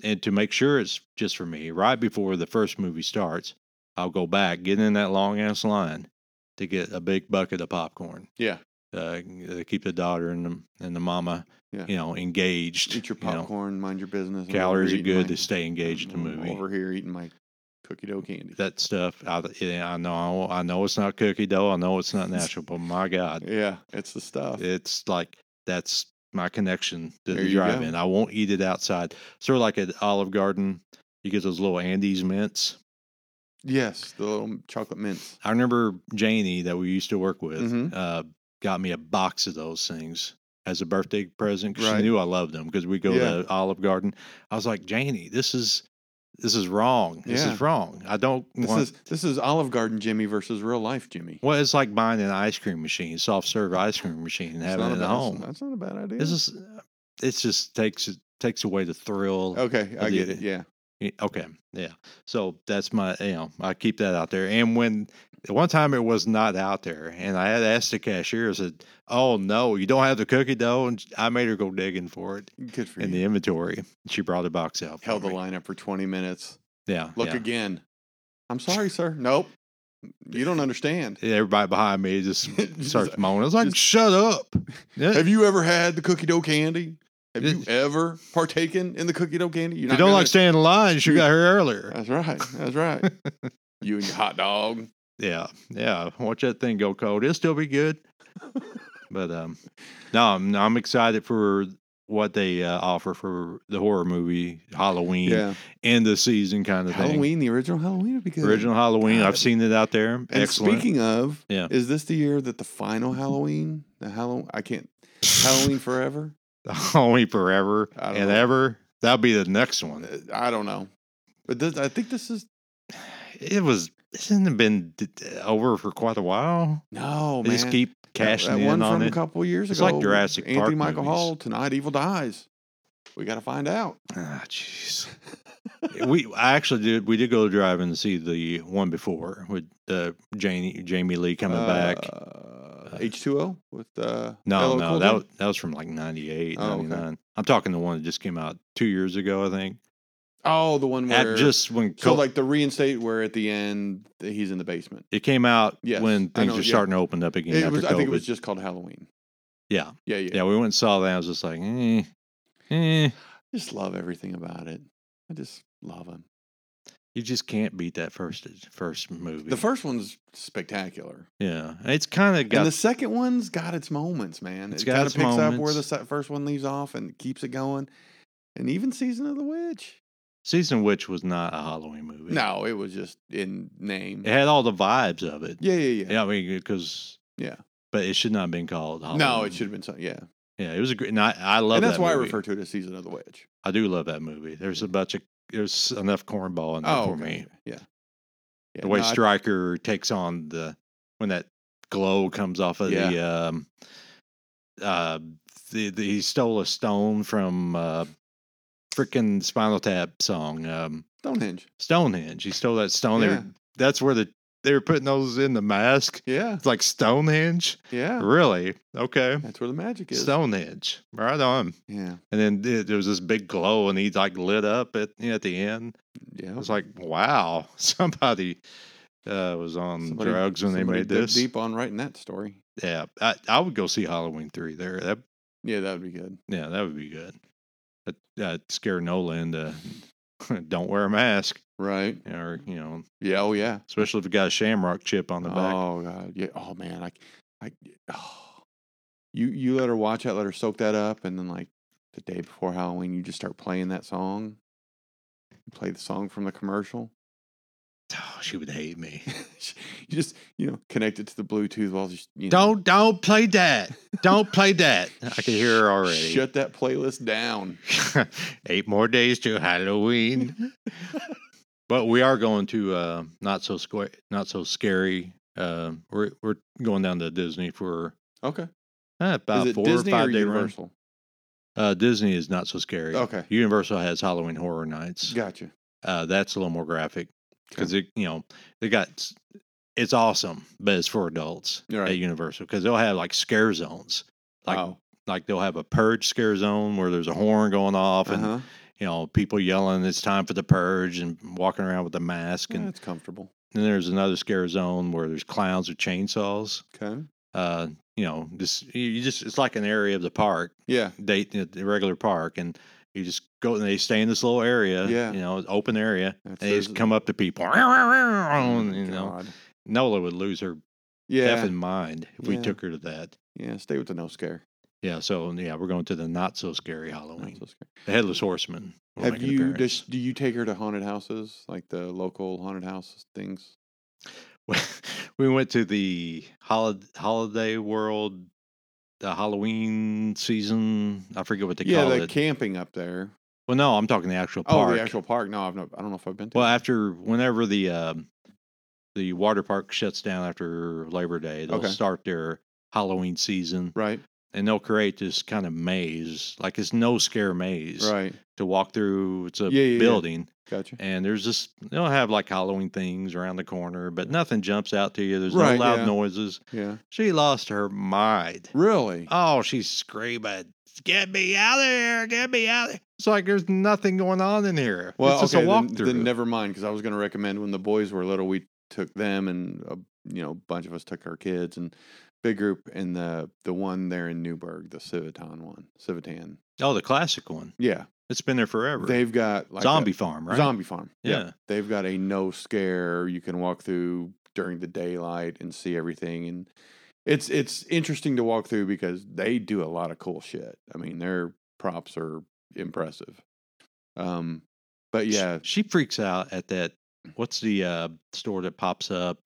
and to make sure it's just for me, right before the first movie starts, I'll go back, get in that long ass line to get a big bucket of popcorn yeah. uh, they keep the daughter and the, and the mama, Yeah. you know, engaged. Eat your you know. popcorn, mind your business. I'm over calories here are eating good my- to stay engaged in the I'm movie. Over here eating my cookie dough candy. that stuff, I, yeah, I know, I know it's not cookie dough. I know (laughs) it's not natural, but my God, yeah, it's the stuff. it's like that's my connection to There the you go. drive-in. I won't eat it outside. Sort of like at Olive Garden, you get those little Andes mints. yes, the little chocolate mints. I remember Janie that we used to work with Mhm. uh, got me a box of those things as a birthday present. 'cause Right. She knew I loved them because we go Yeah. to Olive Garden. I was like, Janie, this is this is wrong. This Yeah. is wrong. I don't This want. is this is Olive Garden Jimmy versus real life Jimmy. well, it's like buying an ice cream machine, soft serve ice cream machine, and It's having not a it bad- at home. That's not a bad idea. This is it. Just takes it takes away the thrill. okay. I the- get it. Yeah. Y- Okay. Yeah. So that's my, you know, I keep that out there. And when one time it was not out there, and I had asked the cashier, I said, Oh, no, you don't have the cookie dough. And I made her go digging for it Good for in you. the inventory. She brought a box out. for Held the me. line up for twenty minutes. Yeah. Look yeah. again. I'm sorry, sir. Nope. You don't understand. Everybody behind me (laughs) just Just- starts moaning. I was like, just- (laughs) Shut up. Yeah. Have you ever had the cookie dough candy? Have you It- ever partaken in the cookie dough candy? If you don't like staying in line, you should you- got here earlier. That's right. That's right. (laughs) you and your hot dog. Yeah. Yeah. Watch that thing go cold. It'll still be good. But um, no, I'm, I'm excited for what they uh, offer for the horror movie Halloween Yeah. end of season kind of thing. Halloween, the original Halloween would be good. Original Halloween, God. I've seen it out there. And Excellent. speaking of, Yeah. Mm-hmm. is this the year that the final Halloween, the Halloween, I (laughs) can't, Halloween Forever? (laughs) Halloween forever I don't and know. ever. That'll be the next one. Uh, I don't know. But this, I think this is, It was. It hasn't been d- over for quite a while. no, they Oh, man. just keep That- cashing that in one on from it. a couple years It's ago. like Jurassic Anthony Park Michael movies. Hall, Tonight Evil Dies. We got to find out. Ah, jeez. we I actually did. We did go to drive and see the one before with uh, Jamie Jamie Lee coming back. Uh, H2O with, uh, No, LL no, Cool that J? was, that was from like 98, Oh, okay. 99. I'm talking the one that just came out two years ago, I think. oh, the one where, At just when so co- like the reinstate where at the end he's in the basement. it came out Yes, when I things know, were yeah. starting to open up again It after was, I COVID. think it was just called Halloween. yeah, Yeah, yeah. yeah, we went and saw that. I was just like, eh, eh. Just love everything about it. I just love them. You just can't beat that first first movie. The first one's spectacular, yeah, And it's kind of got and the second one's got its moments, man. It's it got kind of its picks up where the moments. se- first one leaves off and keeps it going. And even Season of the Witch. season, which was not a Halloween movie. No, it was just in name. it had all the vibes of it. Yeah, yeah, yeah. Yeah, I mean, because Yeah. but it should not have been called. Halloween. no, it should have been something. Yeah, Yeah, it was a great. And I, I love. and that's that why I movie. refer to it as Season of the Witch. I do love that movie. There's a bunch of there's enough cornball in there Oh, for okay, me. okay, yeah, Yeah, the way no, I- Stryker takes on the when that glow comes off of the um uh the, the he stole a stone from uh freaking Spinal Tap song um Stonehenge. Stonehenge. He stole that stone. They Yeah. were, that's where the they were putting those in the mask. Yeah, It's like Stonehenge. yeah. (laughs) Really? Okay. That's where the magic is. Stonehenge. Right on. Yeah, And then th- there was this big glow, and he like lit up at at the end. yeah. It was like, wow, (laughs) somebody uh, was on Somebody- drugs when they somebody made dug this. Deep on writing that story. Yeah, I, I would go see Halloween three there. That Yeah, that would be good. yeah, that would be good. That that'd scare Nola into (laughs) don't wear a mask, Right. or you know, Yeah. Oh yeah. especially if you got a shamrock chip on the back. Oh god. Yeah. Oh man. I. I. Oh. You you let her watch that. Let her soak that up, and then like the day before Halloween, you just start playing that song. You Play the song from the commercial. Oh, she would hate (laughs) me. you just you know connect it to the Bluetooth while just you know, Don't don't play that. Don't play that. I can hear her already. shut that playlist down. (laughs) Eight more days (laughs) to Halloween. but we are going to uh, not so square, not so scary. Uh, we're we're going down to Disney for Okay. uh, about is it four Disney or five or day Universal? run. Uh, Disney is not so scary. Okay. Universal has Halloween Horror Nights. Gotcha. Uh, that's a little more graphic because it you know they got s- it's awesome, but it's for adults You're at right. Universal because they'll have like scare zones, like oh. like they'll have a purge scare zone where there's a horn going off and Uh-huh. you know, people yelling, it's time for the purge and walking around with a mask. Yeah, And that's comfortable. then there's another scare zone where there's clowns with chainsaws. Okay. Uh, you know, this you- you just it's like an area of the park, Yeah. they the regular park, and you just go and they stay in this little area, Yeah. you know, open area, That's- and they just there's- come up to people, Oh, and, you know, God. Nola would lose her Yeah. deaf in mind if we Yeah. took her to that. Yeah. Stay with the no scare. Yeah, so yeah, we're going to the not so scary Not Halloween, so scare. the headless horseman. will Have make an you appearance. does, do you take her to haunted houses like the local haunted house things? (laughs) we went to the holiday, holiday world, the Halloween season. I forget what they yeah, call the it. camping up there. well, no, I'm talking the actual park. Oh, the actual park. No, I've not, I don't know if I've been to. Well, after whenever the um, the water park shuts down after Labor Day, they'll Okay. start their Halloween season, right, and they'll create this kind of maze, like it's no scare maze right. to walk through. It's a Yeah, yeah, yeah. building, Gotcha. and there's this. They'll have like Halloween things around the corner, but nothing jumps out to you. There's Right, no loud yeah. noises. Yeah. She lost her mind. Really? Oh, she's screaming, "Get me out of here! Get me out!" of here." It's like there's nothing going on in here. well, it's just okay. a then- walkthrough. Then, never mind, because I was going to recommend when the boys were little, we took them and a, you know a bunch of us took our kids and big group and the the one there in Newburgh, the Civitan one, Civitan. oh, the classic one. Yeah, It's been there forever. they've got like a- Zombie Farm, right? Zombie Farm. Yeah. Yeah. They've got a no scare you can walk through during the daylight and see everything and it's it's interesting to walk through because they do a lot of cool shit. I mean, their props are impressive. Um but Sh- yeah, She, freaks out at that. What's the uh, store that pops up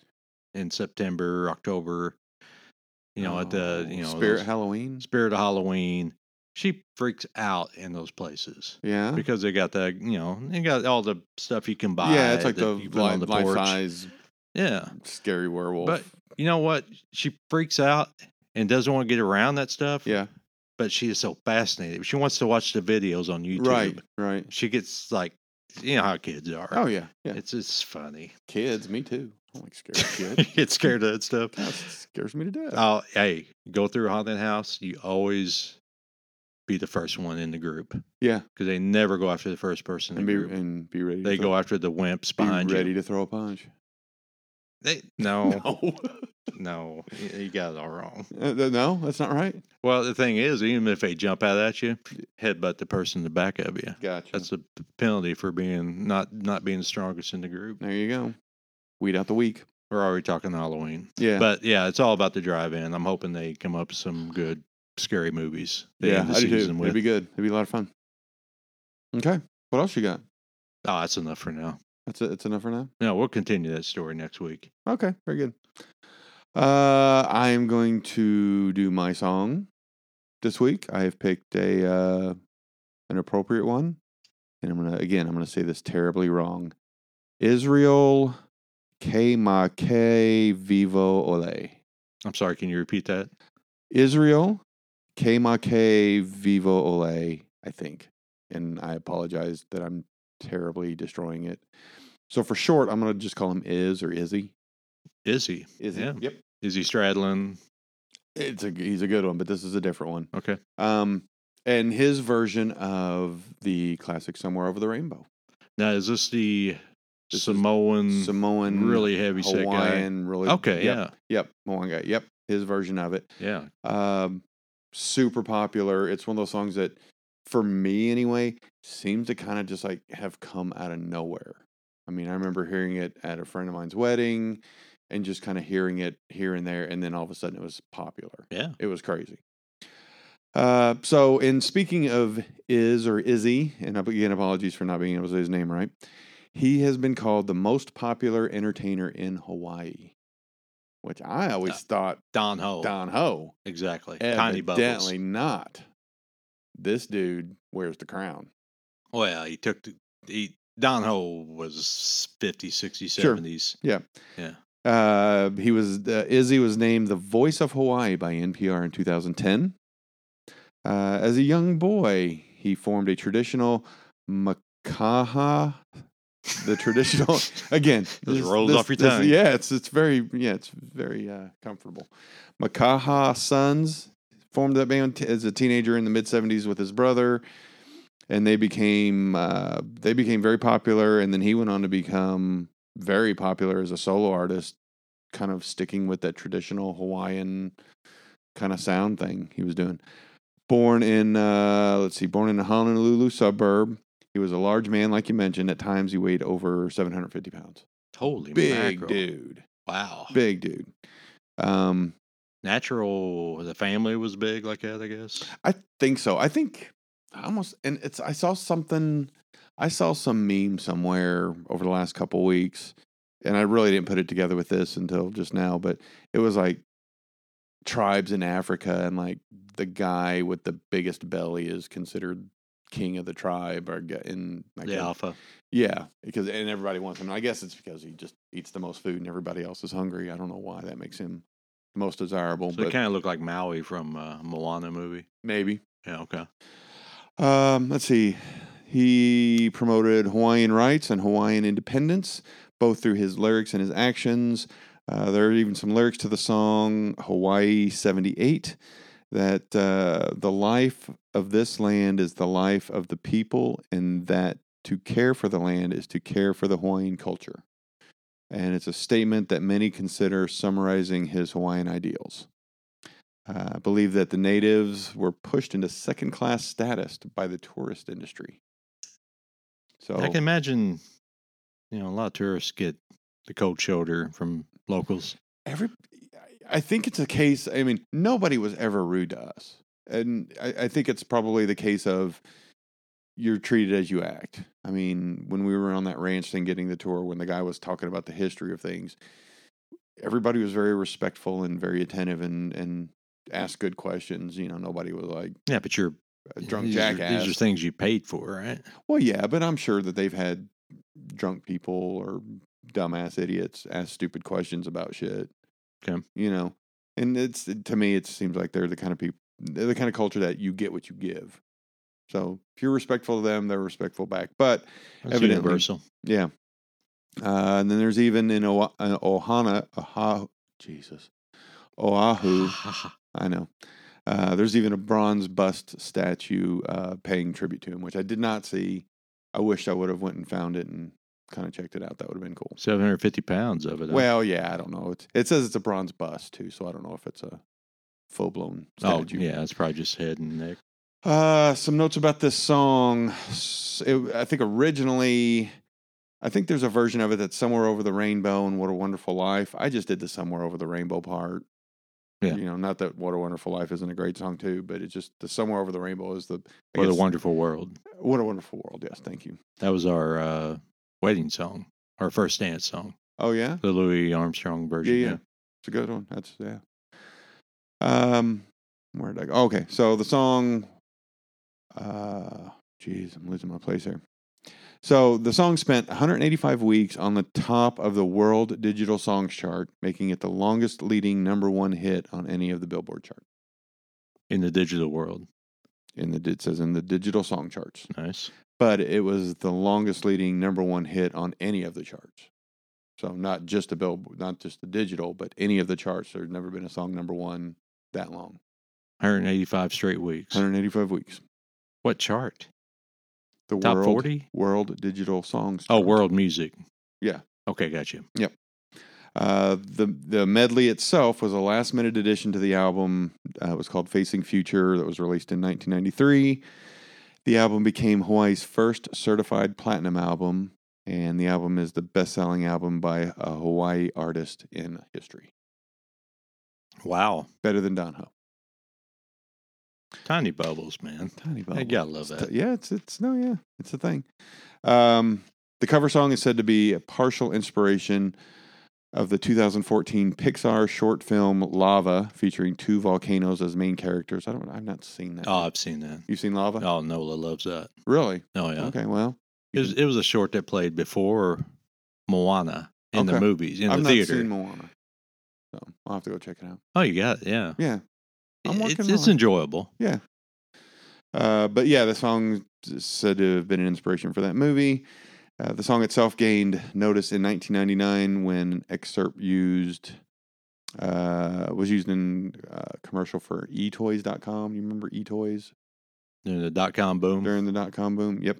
in September, October? You know, at the oh, you know Spirit those- Halloween. Spirit of Halloween. She freaks out in those places. Yeah. because they got the you know they got all the stuff you can buy. yeah, it's like that the, you put li- on the life porch. size Yeah, scary werewolf. but you know what? She freaks out and doesn't want to get around that stuff. yeah. but she is so fascinated. She wants to watch the videos on YouTube. Right. Right. She gets like, you know how kids are. Oh yeah. Yeah. It's (laughs) just funny. Kids, me too. I don't like scary kids. (laughs) Get scared of that stuff. That scares me to death. Oh, hey, go through a haunted house. You always be the first one in the group because yeah. they never go after the first person. In and the be group. and be ready. they to throw, go after the wimps be behind ready you. to throw a punch. They, (laughs) no, (laughs) No, No, y- you got it all wrong. Uh, th- no, that's not right. Well, the thing is, even if they jump out at you, headbutt the person in the back of you. Gotcha. That's the p- penalty for being not not being the strongest in the group. there you go. Weed out the weak. We're already talking Halloween, Yeah, but yeah, it's all about the drive-in. I'm hoping they come up with some good scary movies. They yeah, end the I do season too. with. It'd be good. It'd be a lot of fun. Okay, what else you got? oh, that's enough for now. That's it. That's enough for now. No, we'll continue that story next week. Okay, very good. Uh, I am going to do my song this week. I have picked a uh, an appropriate one, and I'm gonna again. I'm gonna say this terribly wrong. Israel K ma K vivo ole. I'm sorry, can you repeat that? Israel, K ma K vivo ole, I think. And I apologize that I'm terribly destroying it. So for short, I'm going to just call him Iz or Izzy. Izzy. Izzy. Yeah. Yep. Izzy Stradlin. It's a he's a good one, but this is a different one. Okay. Um and his version of the classic Somewhere Over the Rainbow. Now is this the This is Samoan, Samoan Mm, really heavy set guy? Hawaiian really Okay, yep, Yep. Hawaiian guy. Yep. His version of it. yeah. Yeah. Um, super popular. It's one of those songs that, for me anyway, seems to kind of just like have come out of nowhere. I mean, I remember hearing it at a friend of mine's wedding, and just kind of hearing it here and there, and then all of a sudden it was popular. Yeah. It was crazy. Uh, so, in speaking of Iz or Izzy, and ap- again, apologies for not being able to say his name right, he has been called the most popular entertainer in Hawaii, which I always Uh, oh. thought Don Ho. Don Ho. Exactly. Tiny Bubbles. Evidently not. This dude wears the crown. Well, he took the, he, Don Ho was 50, 60, Sure. 70s. Uh, he was uh, Izzy was named the voice of Hawaii by NPR in 2010. Uh, as a young boy, he formed a traditional makaha. The (laughs) traditional again Just rolls off your tongue. yeah, it's it's very yeah, it's very uh, comfortable. Makaha Sons formed that band t- as a teenager in the mid 70s with his brother and they became uh, they became very popular and then he went on to become very popular as a solo artist kind of sticking with that traditional Hawaiian kind of sound thing he was doing born in uh, let's see born in a Honolulu suburb he was a large man like you mentioned at times he weighed over 750 pounds (laughs) Holy big mackerel. dude Wow. big dude um Natural. The family was big like that, I guess. I think so. I think I almost and it's I saw something I saw some meme somewhere over the last couple weeks and I really didn't put it together with this until just now, but it was like tribes in Africa and like the guy with the biggest belly is considered king of the tribe or get in like the alpha. yeah, because and everybody wants him. I guess it's because he just eats the most food and everybody else is hungry. I don't know why that makes him the most desirable, So he but kind of looked like Maui from uh, Moana movie. maybe. Yeah, okay. Um, let's see. He promoted Hawaiian rights and Hawaiian independence, both through his lyrics and his actions. Uh, there are even some lyrics to the song Hawaii 78 that uh, the life of this land is the life of the people, and that to care for the land is to care for the Hawaiian culture. And it's a statement that many consider summarizing his Hawaiian ideals. Uh, believe that the natives were pushed into second class status by the tourist industry. So I can imagine, you know, a lot of tourists get the cold shoulder from locals. every i think it's a case i mean nobody was ever rude to us and i, I think it's probably the case of you're treated as you act i mean when we were on that ranch thing getting the tour when the guy was talking about the history of things everybody was very respectful and very attentive and and asked good questions you know nobody was like Yeah, but you're a drunk these are- jackass these are things you paid for, right? well, yeah, but I'm sure that they've had drunk people or dumbass idiots ask stupid questions about shit. Okay. You know, and it's to me, it seems like they're the kind of people, they're the kind of culture that you get what you give. So if you're respectful to them, they're respectful back. But That's Evidently. universal. yeah. Uh, and then there's even in o- uh, Ohana, Oahu, Jesus, (laughs) Oahu. I know. Uh, there's even a bronze bust statue uh, paying tribute to him, which I did not see. I wish I would have went and found it and kind of checked it out. That would have been cool. 750 pounds of it. huh? Well, yeah, I don't know. It's, it says it's a bronze bust too, so I don't know if it's a full blown oh, statue. yeah, it's probably just head and neck. Uh, some notes about this song. S- it- I think originally, I think there's a version of it that's somewhere over the rainbow and what a wonderful life. I just did the somewhere over the rainbow part. Yeah. You know, not that what a wonderful life isn't a great song too, but it's just the somewhere over the rainbow is the I What a guess- wonderful world. what a wonderful world. Yes, thank you. That was our uh, wedding song, our first dance song, Oh yeah, the Louis Armstrong version. Yeah, yeah. It's a good one. That's yeah. Um, where did I go? Okay, so the song. Uh, jeez, I'm losing my place here. So the song spent 185 weeks on the top of the world digital songs chart, making it the longest leading number one hit on any of the Billboard chart. in the digital world. In the it says in the digital song charts, Nice. but it was the longest leading number one hit on any of the charts. So not just the Billboard, not just the digital, but any of the charts. There's never been a song number one that long. 185 straight weeks. 185 weeks. What chart? The Top world 40? world digital songs. Oh, chart. world music. Yeah. Okay, got you. Uh, the the medley itself was a last minute addition to the album. Uh, it was called Facing Future. That was released in 1993. The album became Hawaii's first certified platinum album, and the album is the best selling album by a Hawaii artist in history, Wow. better than Don Ho. Tiny bubbles, man. Tiny I bubble. gotta love that. Uh, Yeah, it's it's no, yeah, it's a thing. Um, the cover song is said to be a partial inspiration of the 2014 Pixar short film Lava, featuring two volcanoes as main characters. I don't, I've not seen that. Oh, I've seen that. You've seen Lava? Oh, Nola loves that. Really? Oh, yeah. Okay, well, It, was, it was a short that played before Moana in the Okay. movies, in I've the not theater. seen Moana, so I'll have to go check it out. oh, you got it. Yeah. Yeah, I'm It- working it's, it's on it. enjoyable. Uh, but yeah, the song is said to have been an inspiration for that movie. Uh, the song itself gained notice in 1999 when an excerpt used uh, was used in uh, commercial for etoys.com. You remember etoys During the dot com boom. during the dot com boom? Yep.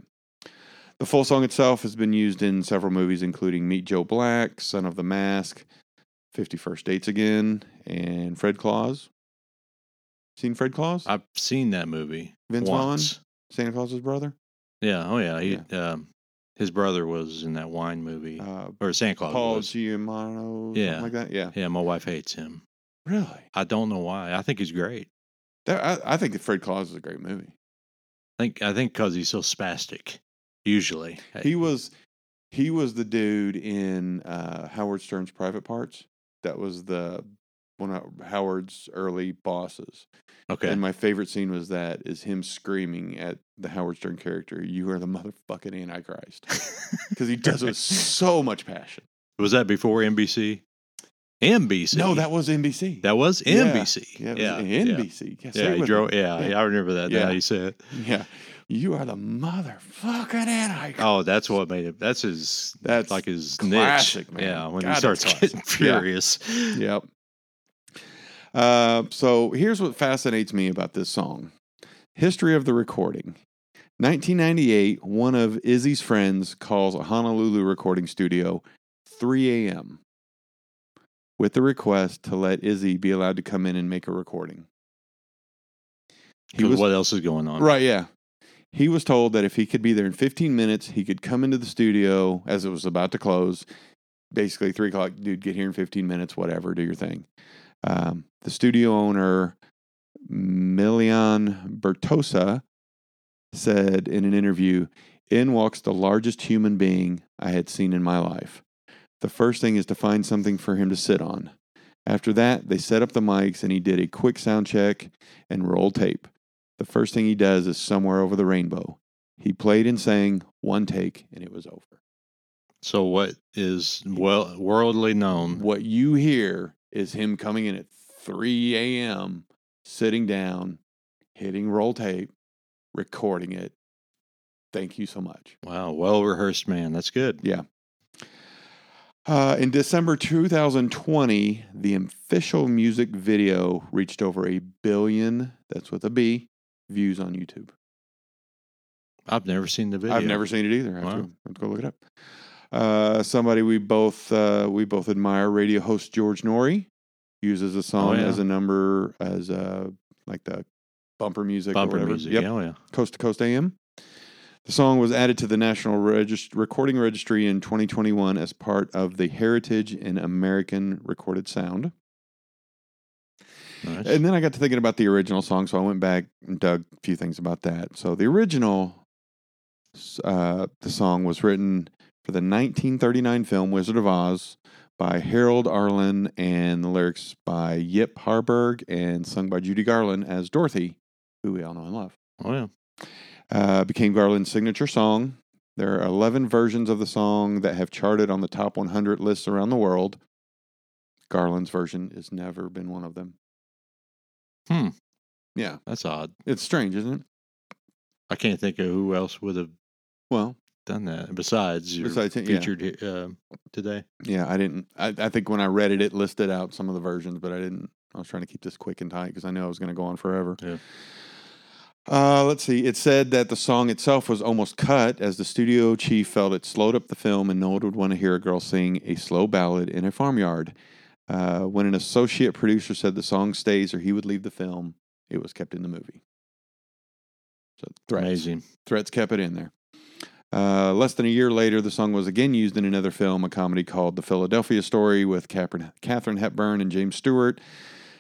The full song itself has been used in several movies, including Meet Joe Black, Son of the Mask, 51st Dates Again, and Fred Claus. Seen Fred Claus? I've seen that movie Vince Vaughn? once. Santa Claus's brother? Yeah. Oh, yeah. He, Yeah. Um, his brother was in that wine movie, Uh, or Santa Claus. Paul was. Giamano, Yeah. something like that. Yeah, Yeah, my wife hates him. really. I don't know why. I think he's great. That, I, I think that Fred Claus is a great movie. I think I think because he's so spastic. Usually, He was, he was the dude in uh, Howard Stern's Private Parts. That was the one of Howard's early bosses. okay. And my favorite scene was that is him screaming at the Howard Stern character, "You are the motherfucking (laughs) Antichrist," because he does it with so much passion. was that before NBC? NBC. No, that was NBC. that was Yeah. NBC. yeah, it was yeah, NBC. Yeah, Yeah, say it he with drove, me. yeah, Yeah. I remember that. Yeah, Yeah. he said. Yeah, you are the motherfucking Antichrist. Oh, that's what made it. That's his. That's like his classic, niche. man. Yeah, when God, he starts that's getting classic. Yeah. furious. Yep. Uh, so here's what fascinates me about this song history of the recording. 1998, one of Izzy's friends calls a Honolulu recording studio 3 a.m. with the request to let Izzy be allowed to come in and make a recording. He 'Cause was- what else is going on? Right, yeah. He was told that if he could be there in 15 minutes, he could come into the studio as it was about to close. Basically, three o'clock, dude, get here in 15 minutes, whatever, do your thing. Um, the studio owner, Milian Bertosa, said in an interview In walks the largest human being I had seen in my life. The first thing is to find something for him to sit on. After that, they set up the mics and he did a quick sound check and rolled tape. The first thing he does is somewhere over the rainbow. He played and sang one take and it was over. So what is well worldly known? What you hear is him coming in at 3 a.m., sitting down, hitting roll tape, recording it. Thank you so much. Wow, well rehearsed man. That's good. Uh, in December 2020, the official music video reached over a billion, that's with a B, views on YouTube. I've never seen the video. I've never seen it either. I have, Wow. to, I have to go look it up. Uh, somebody we both uh, we both admire, radio host George Norrie, uses a song Oh, yeah. as a number as uh like the bumper music. or bumper whatever. music. Yep. Yeah, oh, yeah. Coast to Coast AM. The song was added to the National Regist- Recording Registry in 2021 as part of the Heritage in American Recorded Sound. Nice. And then I got to thinking about the original song, so I went back and dug a few things about that. So the original, s- uh, the song was written for the 1939 film Wizard of Oz by Harold Arlen, and the lyrics by Yip Harburg, and sung by Judy Garland as Dorothy, who we all know and love. oh yeah. Uh, became Garland's signature song. There are 11 versions of the song that have charted on the top 100 lists around the world. Garland's version has never been one of them. Hmm. Yeah. That's odd. It's strange, isn't it? I can't think of who else would have Well, done that besides your Besides him, yeah. featured he- uh, today. yeah, I didn't. I, I think when I read it, it listed out some of the versions, but I didn't. I was trying to keep this quick and tight because I knew I was going to go on forever. Yeah. Uh, let's see. It said that the song itself was almost cut as the studio chief felt it slowed up the film and no one would want to hear a girl sing a slow ballad in a farmyard. Uh, when an associate producer said the song stays or he would leave the film, it was kept in the movie. So threats. Amazing. Threats kept it in there. Uh, less than a year later, the song was again used in another film, a comedy called The Philadelphia Story with Capern- Catherine Hepburn and James Stewart.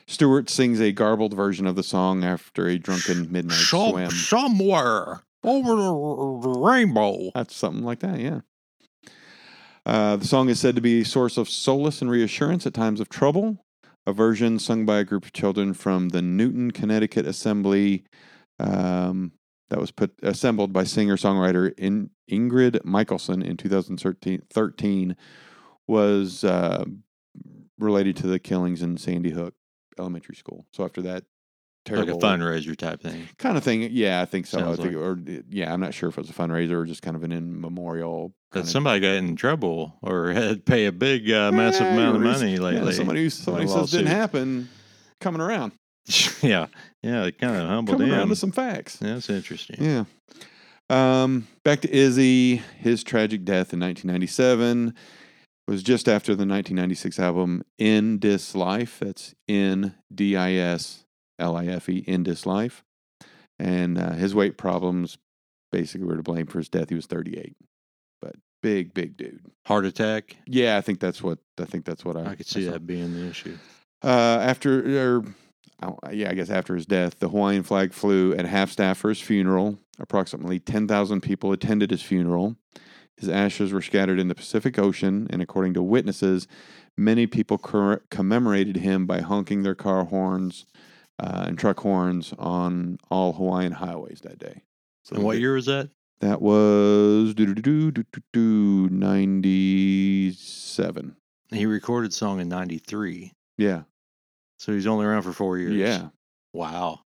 Stewart sings a garbled version of the song after a drunken midnight swim. somewhere over the rainbow. That's something like that, yeah. Uh, the song is said to be a source of solace and reassurance at times of trouble. A version sung by a group of children from the Newton, Connecticut Assembly um, that was put assembled by singer-songwriter in, Ingrid Michaelson in 2013 13 was uh, related to the killings in Sandy Hook Elementary School. So after that Like a terrible fundraiser type thing. kind of thing. uh, Yeah, I think so. Sounds I think, or uh, yeah, I'm not sure if it was a fundraiser or just kind of an in memorial. That kind of- somebody got in trouble or (laughs) had to pay a big, uh, massive Yeah, amount of somebody's- money yeah, lately. somebody who somebody a says didn't lawsuit. happen coming around, (laughs) yeah, yeah, it kind of humbled coming around him. to some facts. That's interesting. Yeah. Um, back to Izzy, his tragic death in 1997 was just after the 1996 album In Dis Life. That's N D I S L I F E, In Dis Life. And uh, his weight problems basically were to blame for his death. He was 38, but big, big dude. Heart attack. Yeah, I think that's what I think that's what I, I could see saw. that being the issue. Uh, after, or, oh, yeah, I guess after his death, the Hawaiian flag flew at half staff for his funeral. Approximately 10,000 people attended his funeral. His ashes were scattered in the Pacific Ocean, and according to witnesses, many people cor- commemorated him by honking their car horns uh, and truck horns on all Hawaiian highways that day. So And what year was that? That was do do do do do 97. He recorded song in '93, Yeah. so he's only around for four years. Yeah. Wow.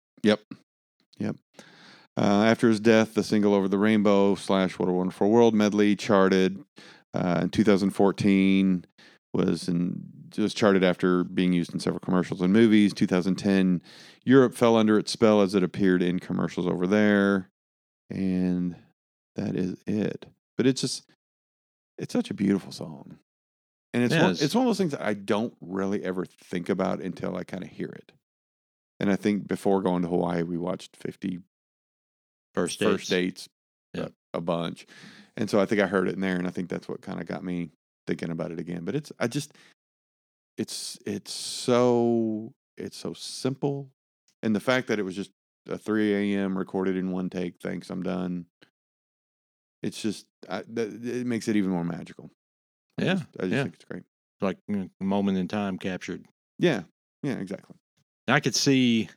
Uh, after his death, the single "Over the Rainbow" slash "What a Wonderful World" medley charted uh, in 2014 was in was charted after being used in several commercials and movies. 2010, Europe fell under its spell as it appeared in commercials over there, and that is it. But it's just it's such a beautiful song, and it's Yeah, one, it's- it's one of those things that I don't really ever think about until I kind of hear it. And I think before going to Hawaii, we watched 50 First dates. first dates uh, Yeah. a, a bunch. And so I think I heard it in there and I think that's what kind of got me thinking about it again. But it's I just it's it's so it's so simple. And the fact that it was just a 3 a.m. recorded in one take, thanks, I'm done. It's just I, th- it makes it even more magical. I Yeah, just, I just yeah. think it's great. Like mm, moment in time captured. Yeah, yeah, exactly. And I could see,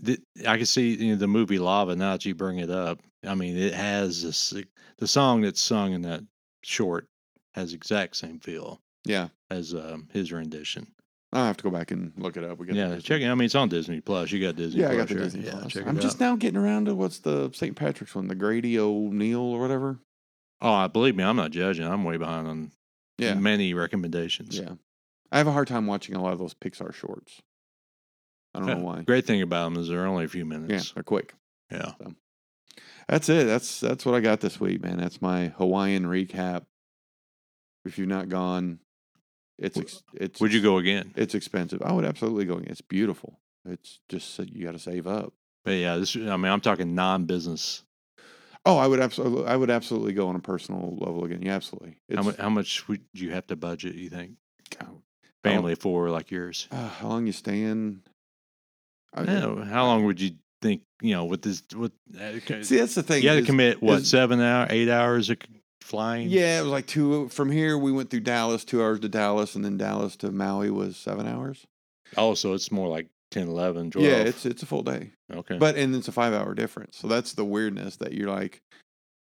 the, I could see you know, the movie Lava. Now that you bring it up, I mean, it has this, the song that's sung in that short has exact same feel Yeah, as um, his rendition. I'll have to go back and look it up. We got the Yeah, Disney- check it. I mean, it's on Disney Plus. You got Disney. Yeah, I Plus, got the right? Disney Yeah, Plus. check I'm it just out. now getting around to what's the St. Patrick's one, the Grady O'Neill or whatever. Oh, I believe me, I'm not judging. I'm way behind on many recommendations. yeah. I have a hard time watching a lot of those Pixar shorts. I don't know Yeah. why. Great thing about them is they're only a few Yeah, minutes. they're quick. Yeah. That's it. That's that's what I got this week, man. That's my Hawaiian recap. If you've not gone, it's ex- it's Would you go again? It's expensive. I would absolutely go. It's beautiful. It's just that you got to save up. But yeah, this. I mean, I'm talking non-business. Oh, I would absolutely. I would absolutely go on a personal level again. Yeah, absolutely. How, It's, mu- how much would you have to budget? You think God, How- family of four like yours? uh, how long you staying? I, Yeah, how long would you think? You know, with this, with uh, okay, See, that's the thing. you had to is- commit what is- seven hour, eight hours of c- flying. Yeah, it was like two from here. We went through Dallas, two hours to Dallas, and then Dallas to Maui was seven hours. Oh, so it's more like 10, 11, 12. Yeah, it's it's a full day, okay. but and it's a five hour difference. So that's the weirdness that you're like,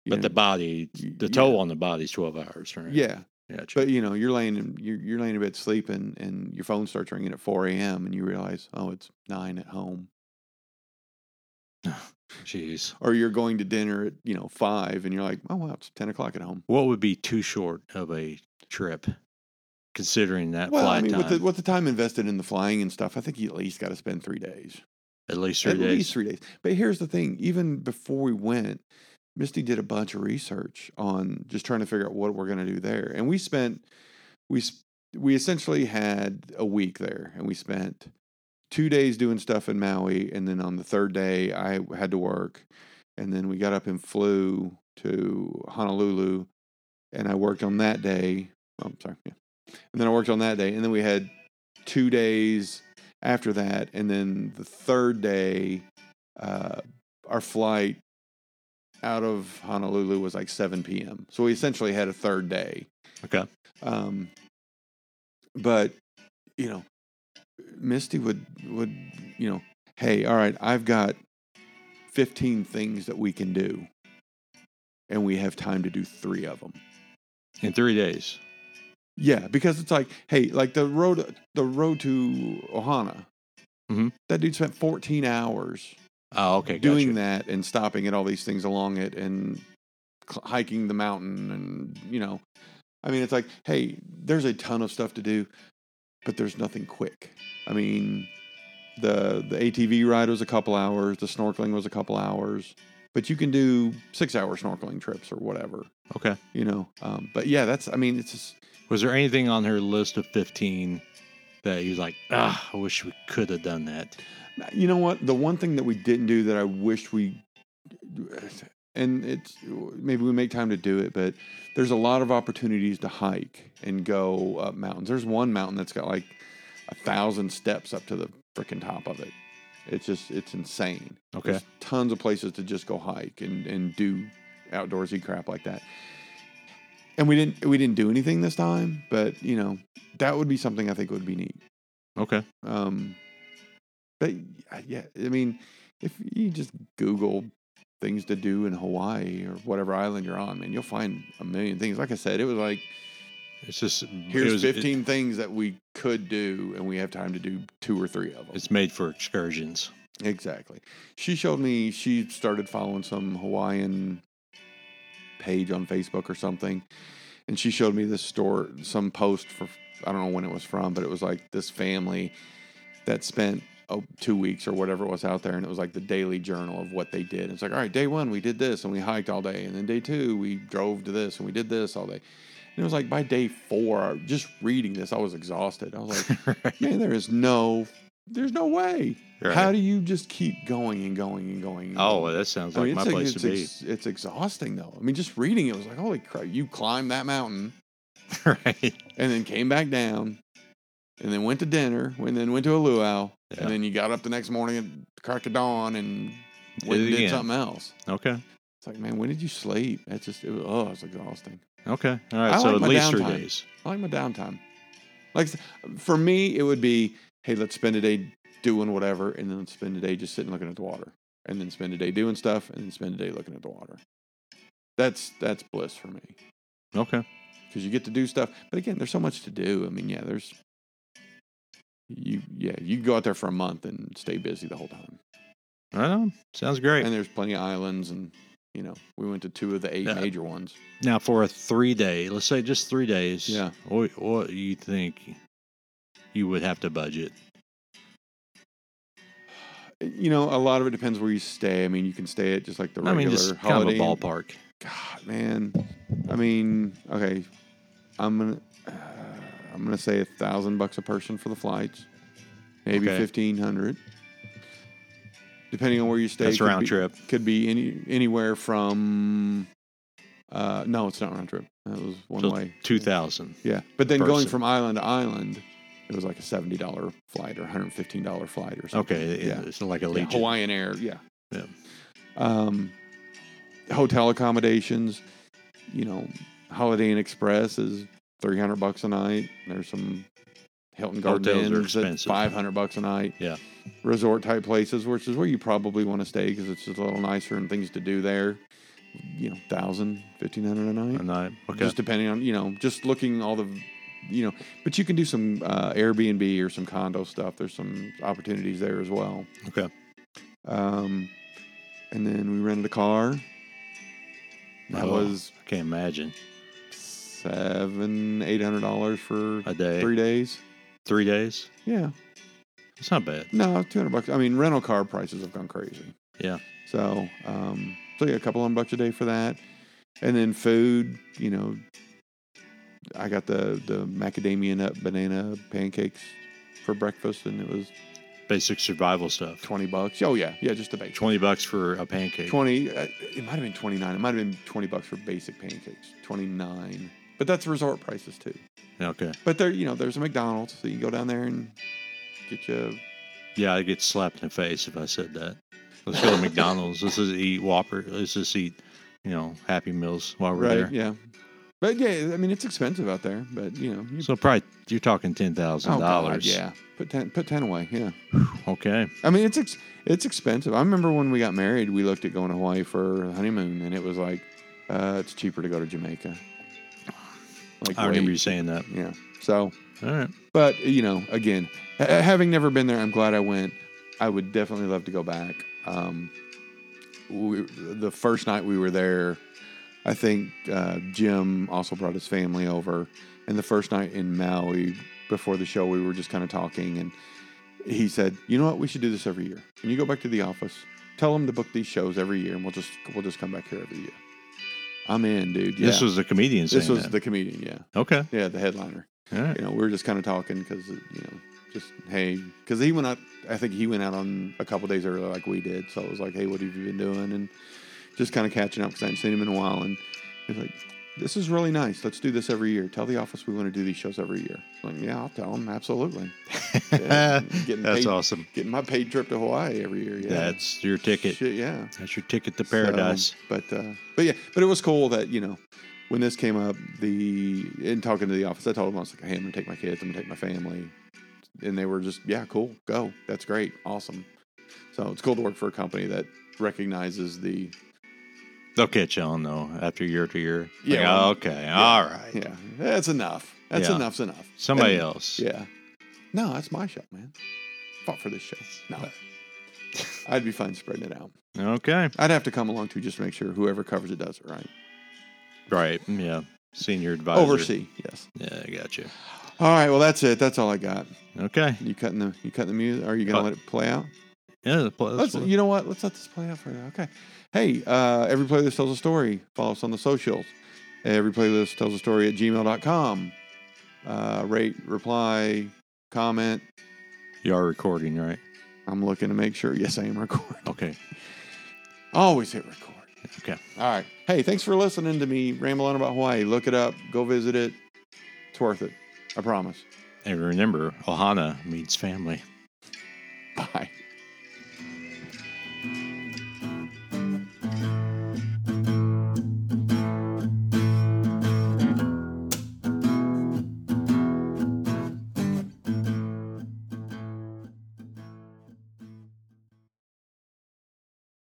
you But know, the body, the yeah. toll on the body's twelve hours, right? yeah, Gotcha. but you know you're laying in, you're, you're laying in bed sleeping, and your phone starts ringing at 4 a.m. and you realize oh it's nine at home, Jeez. or you're going to dinner at you know five and you're like oh wow it's 10 o'clock at home. What would be too short of a trip, considering that Well, flight I mean, time? with the, with the time invested in the flying and stuff, I think you at least got to spend three days. at least three at days. least three days. But here's the thing: even before we went, Misty did a bunch of research on just trying to figure out what we're going to do there, and we spent we s- we essentially had a week there, and we spent two days doing stuff in Maui, and then on the third day I had to work, and then we got up and flew to Honolulu, and I worked on that day. Oh, I'm sorry, yeah, and then I worked on that day, and then we had two days after that. And then the third day, uh, our flight out of Honolulu was like 7 p.m. So we essentially had a third day. Okay. Um, but, you know, Misty would, would, you know, hey, all right, I've got 15 things that we can do. And we have time to do three of them. In three days. Yeah, because it's like, hey, like the road, the road to Ohana. Mhm. That dude spent 14 hours Oh, okay. doing gotcha. that and stopping at all these things along it and cl- hiking the mountain and you know, I mean, it's like, hey, there's a ton of stuff to do, but there's nothing quick. I mean, the the ATV ride was a couple hours, the snorkeling was a couple hours, but you can do six hour snorkeling trips or whatever, Okay. you know. Um, but yeah, that's, I mean, it's just. Was there anything on her list of fifteen that you was like, ah, I wish we could have done that? You know what? The one thing that we didn't do that I wish we, and it's maybe we make time to do it, but there's a lot of opportunities to hike and go up mountains. There's one mountain that's got like a thousand steps up to the freaking top of it. It's just, it's insane. Okay. There's tons of places to just go hike and, and do outdoorsy crap like that. And we didn't, we didn't do anything this time, but you know, that would be something I think would be neat. Okay. Um, but y- yeah, I mean, if you just Google things to do in Hawaii or whatever island you're on, man, you'll find a million things. Like I said, it was like It's just Mm, it here's was- it- 15 things that we could do, and we have time to do two or three of them. it's made for excursions. (laughs) Exactly. She showed me she started following some Hawaiian page on Facebook or something, and she showed me this store, some post for I don't know when it was from, but it was like this family that spent oh, two weeks or whatever it was out there, and it was like the daily journal of what they did. It's like, all right, day one we did this and we hiked all day, and then day two we drove to this and we did this all day. And it was like by day four, just reading this, I was exhausted. I was like, Right. man, there is no, there's no way. Right. How do you just keep going and going and going? And Oh, going? well, that sounds I like mean, my it's, place it's, to be. ex- it's exhausting though. I mean, just reading it was like, holy crap, you climbed that mountain (laughs) right. and then came back down and then went to dinner and then went to a luau Yeah. and then you got up the next morning at crack of dawn and went it and did again. something else. Okay. It's like, man, when did you sleep? That's just, it was, oh, it's exhausting. Okay. All I right. So like at my least three downtime. days. I like my downtime. Like for me, it would be, hey, let's spend a day doing whatever, and then spend a day just sitting looking at the water, and then spend a day doing stuff, and then spend a day looking at the water. That's that's bliss for me Okay. because you get to do stuff. But again, there's so much to do. I mean, yeah, there's you yeah you can go out there for a month and stay busy the whole time. I know. Sounds great. And there's plenty of islands, and you know we went to two of the eight Yeah. major ones. Now, for a three day, let's say just three days. Yeah. What, what do you think you would have to budget? You know, a lot of it depends where you stay. I mean, you can stay at just like the I regular mean, just kind of a holiday Inn. ballpark. God, man. I mean, okay, I'm gonna uh, I'm gonna say a thousand bucks a person for the flights, maybe Okay. fifteen hundred, depending on where you stay. That's could round be- trip. Could be any anywhere from. Uh, no, it's not round trip. That was one So way. two thousand. Yeah, but then going person. from island to island, it was like a seventy dollar flight or hundred fifteen dollar flight or something. Okay. Yeah. Yeah. It's like a Yeah, legion. Hawaiian Air, yeah. Yeah. Um, hotel accommodations, you know, Holiday Inn Express is three hundred bucks a night. There's some Hilton Garden Hotels are Inns at expensive. five hundred bucks a night. Yeah. resort type places, which is where you probably want to stay because it's just a little nicer and things to do there. you know, 1,000, 1,500 a night. A night. Oh, Okay. Just depending on, you know, just looking all the, you know, but you can do some uh, Airbnb or some condo stuff. There's some opportunities there as well. okay. Um, and then we rented a car. That Oh. was I can't imagine seven, eight hundred dollars for a day. three days. Three days. Yeah, It's not bad. no, two hundred bucks. I mean, rental car prices have gone crazy. Yeah. So, um, so yeah, a couple hundred bucks a day for that, and then food. You know, I got the the macadamia nut banana pancakes for breakfast, and it was Basic survival stuff. twenty bucks. Oh yeah, yeah, just a basic. Twenty bucks for a pancake. 20 uh, it might have been 29 it might have been 20 bucks for basic pancakes 29 but that's resort prices too Okay. but there you know there's a mcdonald's so you can go down there and get you Yeah, I'd get slapped in the face if I said that. Let's (laughs) go to McDonald's. Let's just eat Whopper. Let's just eat, you know, Happy Meals while we're right there. yeah but yeah i mean it's expensive out there but you know you, So probably you're talking ten thousand Oh, God, dollars. yeah put 10 put 10 away yeah Okay. i mean it's ex, it's expensive i remember when we got married we looked at going to hawaii for the honeymoon and it was like uh, it's cheaper to go to jamaica like I remember way- you saying that. yeah so All right. But you know, again, ha- having never been there, I'm glad I went. I would definitely love to go back. Um, we, the first night we were there, I think uh, Jim also brought his family over, and the first night in Maui before the show, we were just kind of talking, and he said, "You know what? We should do this every year. When you go back to the office, tell them to book these shows every year, and we'll just we'll just come back here every year." I'm in, dude. Yeah. This was the comedian saying this was that. the comedian, yeah, okay. yeah, the headliner All right. you know, we were just kind of talking because, you know, just hey, because he went out. I think he went out on a couple days earlier, like we did. So I was like, hey, what have you been doing? And just kind of catching up because I hadn't seen him in a while. And he's like, this is really nice. Let's do this every year. Tell the office we want to do these shows every year. I'm like, yeah, I'll tell them absolutely. (laughs) Yeah, getting That's paid- awesome. Getting my paid trip to Hawaii every year. Yeah, That's your ticket. Shit, yeah. That's your ticket to So, paradise. but uh, but yeah, but it was cool that you know when this came up, the in talking to the office, I told them I was like, hey, I'm gonna take my kids, I'm gonna take my family, and they were just yeah, cool, go, that's great, awesome. So it's cool to work for a company that recognizes the They'll catch on though after year to year. Yeah, Like, well, okay. All right. yeah, that's enough, that's Yeah. enough's enough. Somebody And- else. Yeah, no, that's my show, man. Fought for this show. No, I'd be fine spreading it out. Okay. I'd have to come along too just to make sure whoever covers it does it right. Right. Yeah. Senior advisor. Oversee, yes. Yeah, I got you. All right, well that's it. That's all I got. Okay. You cutting the you cutting the music? Are you gonna Cut. let it play out? Yeah. Plus, Let's. You know what? Let's let this play out for now. Okay. Hey, uh, every playlist tells a story. Follow us on the socials. Every playlist tells a story at gmail.com. Uh, rate, reply, comment. you are recording, right? I'm looking to make sure. Yes, I am recording. (laughs) Okay. Always hit record. Okay. All right. Hey, thanks for listening to me ramble on about Hawaii. Look it up. Go visit it. It's worth it. I promise. And remember, Ohana means family. Bye.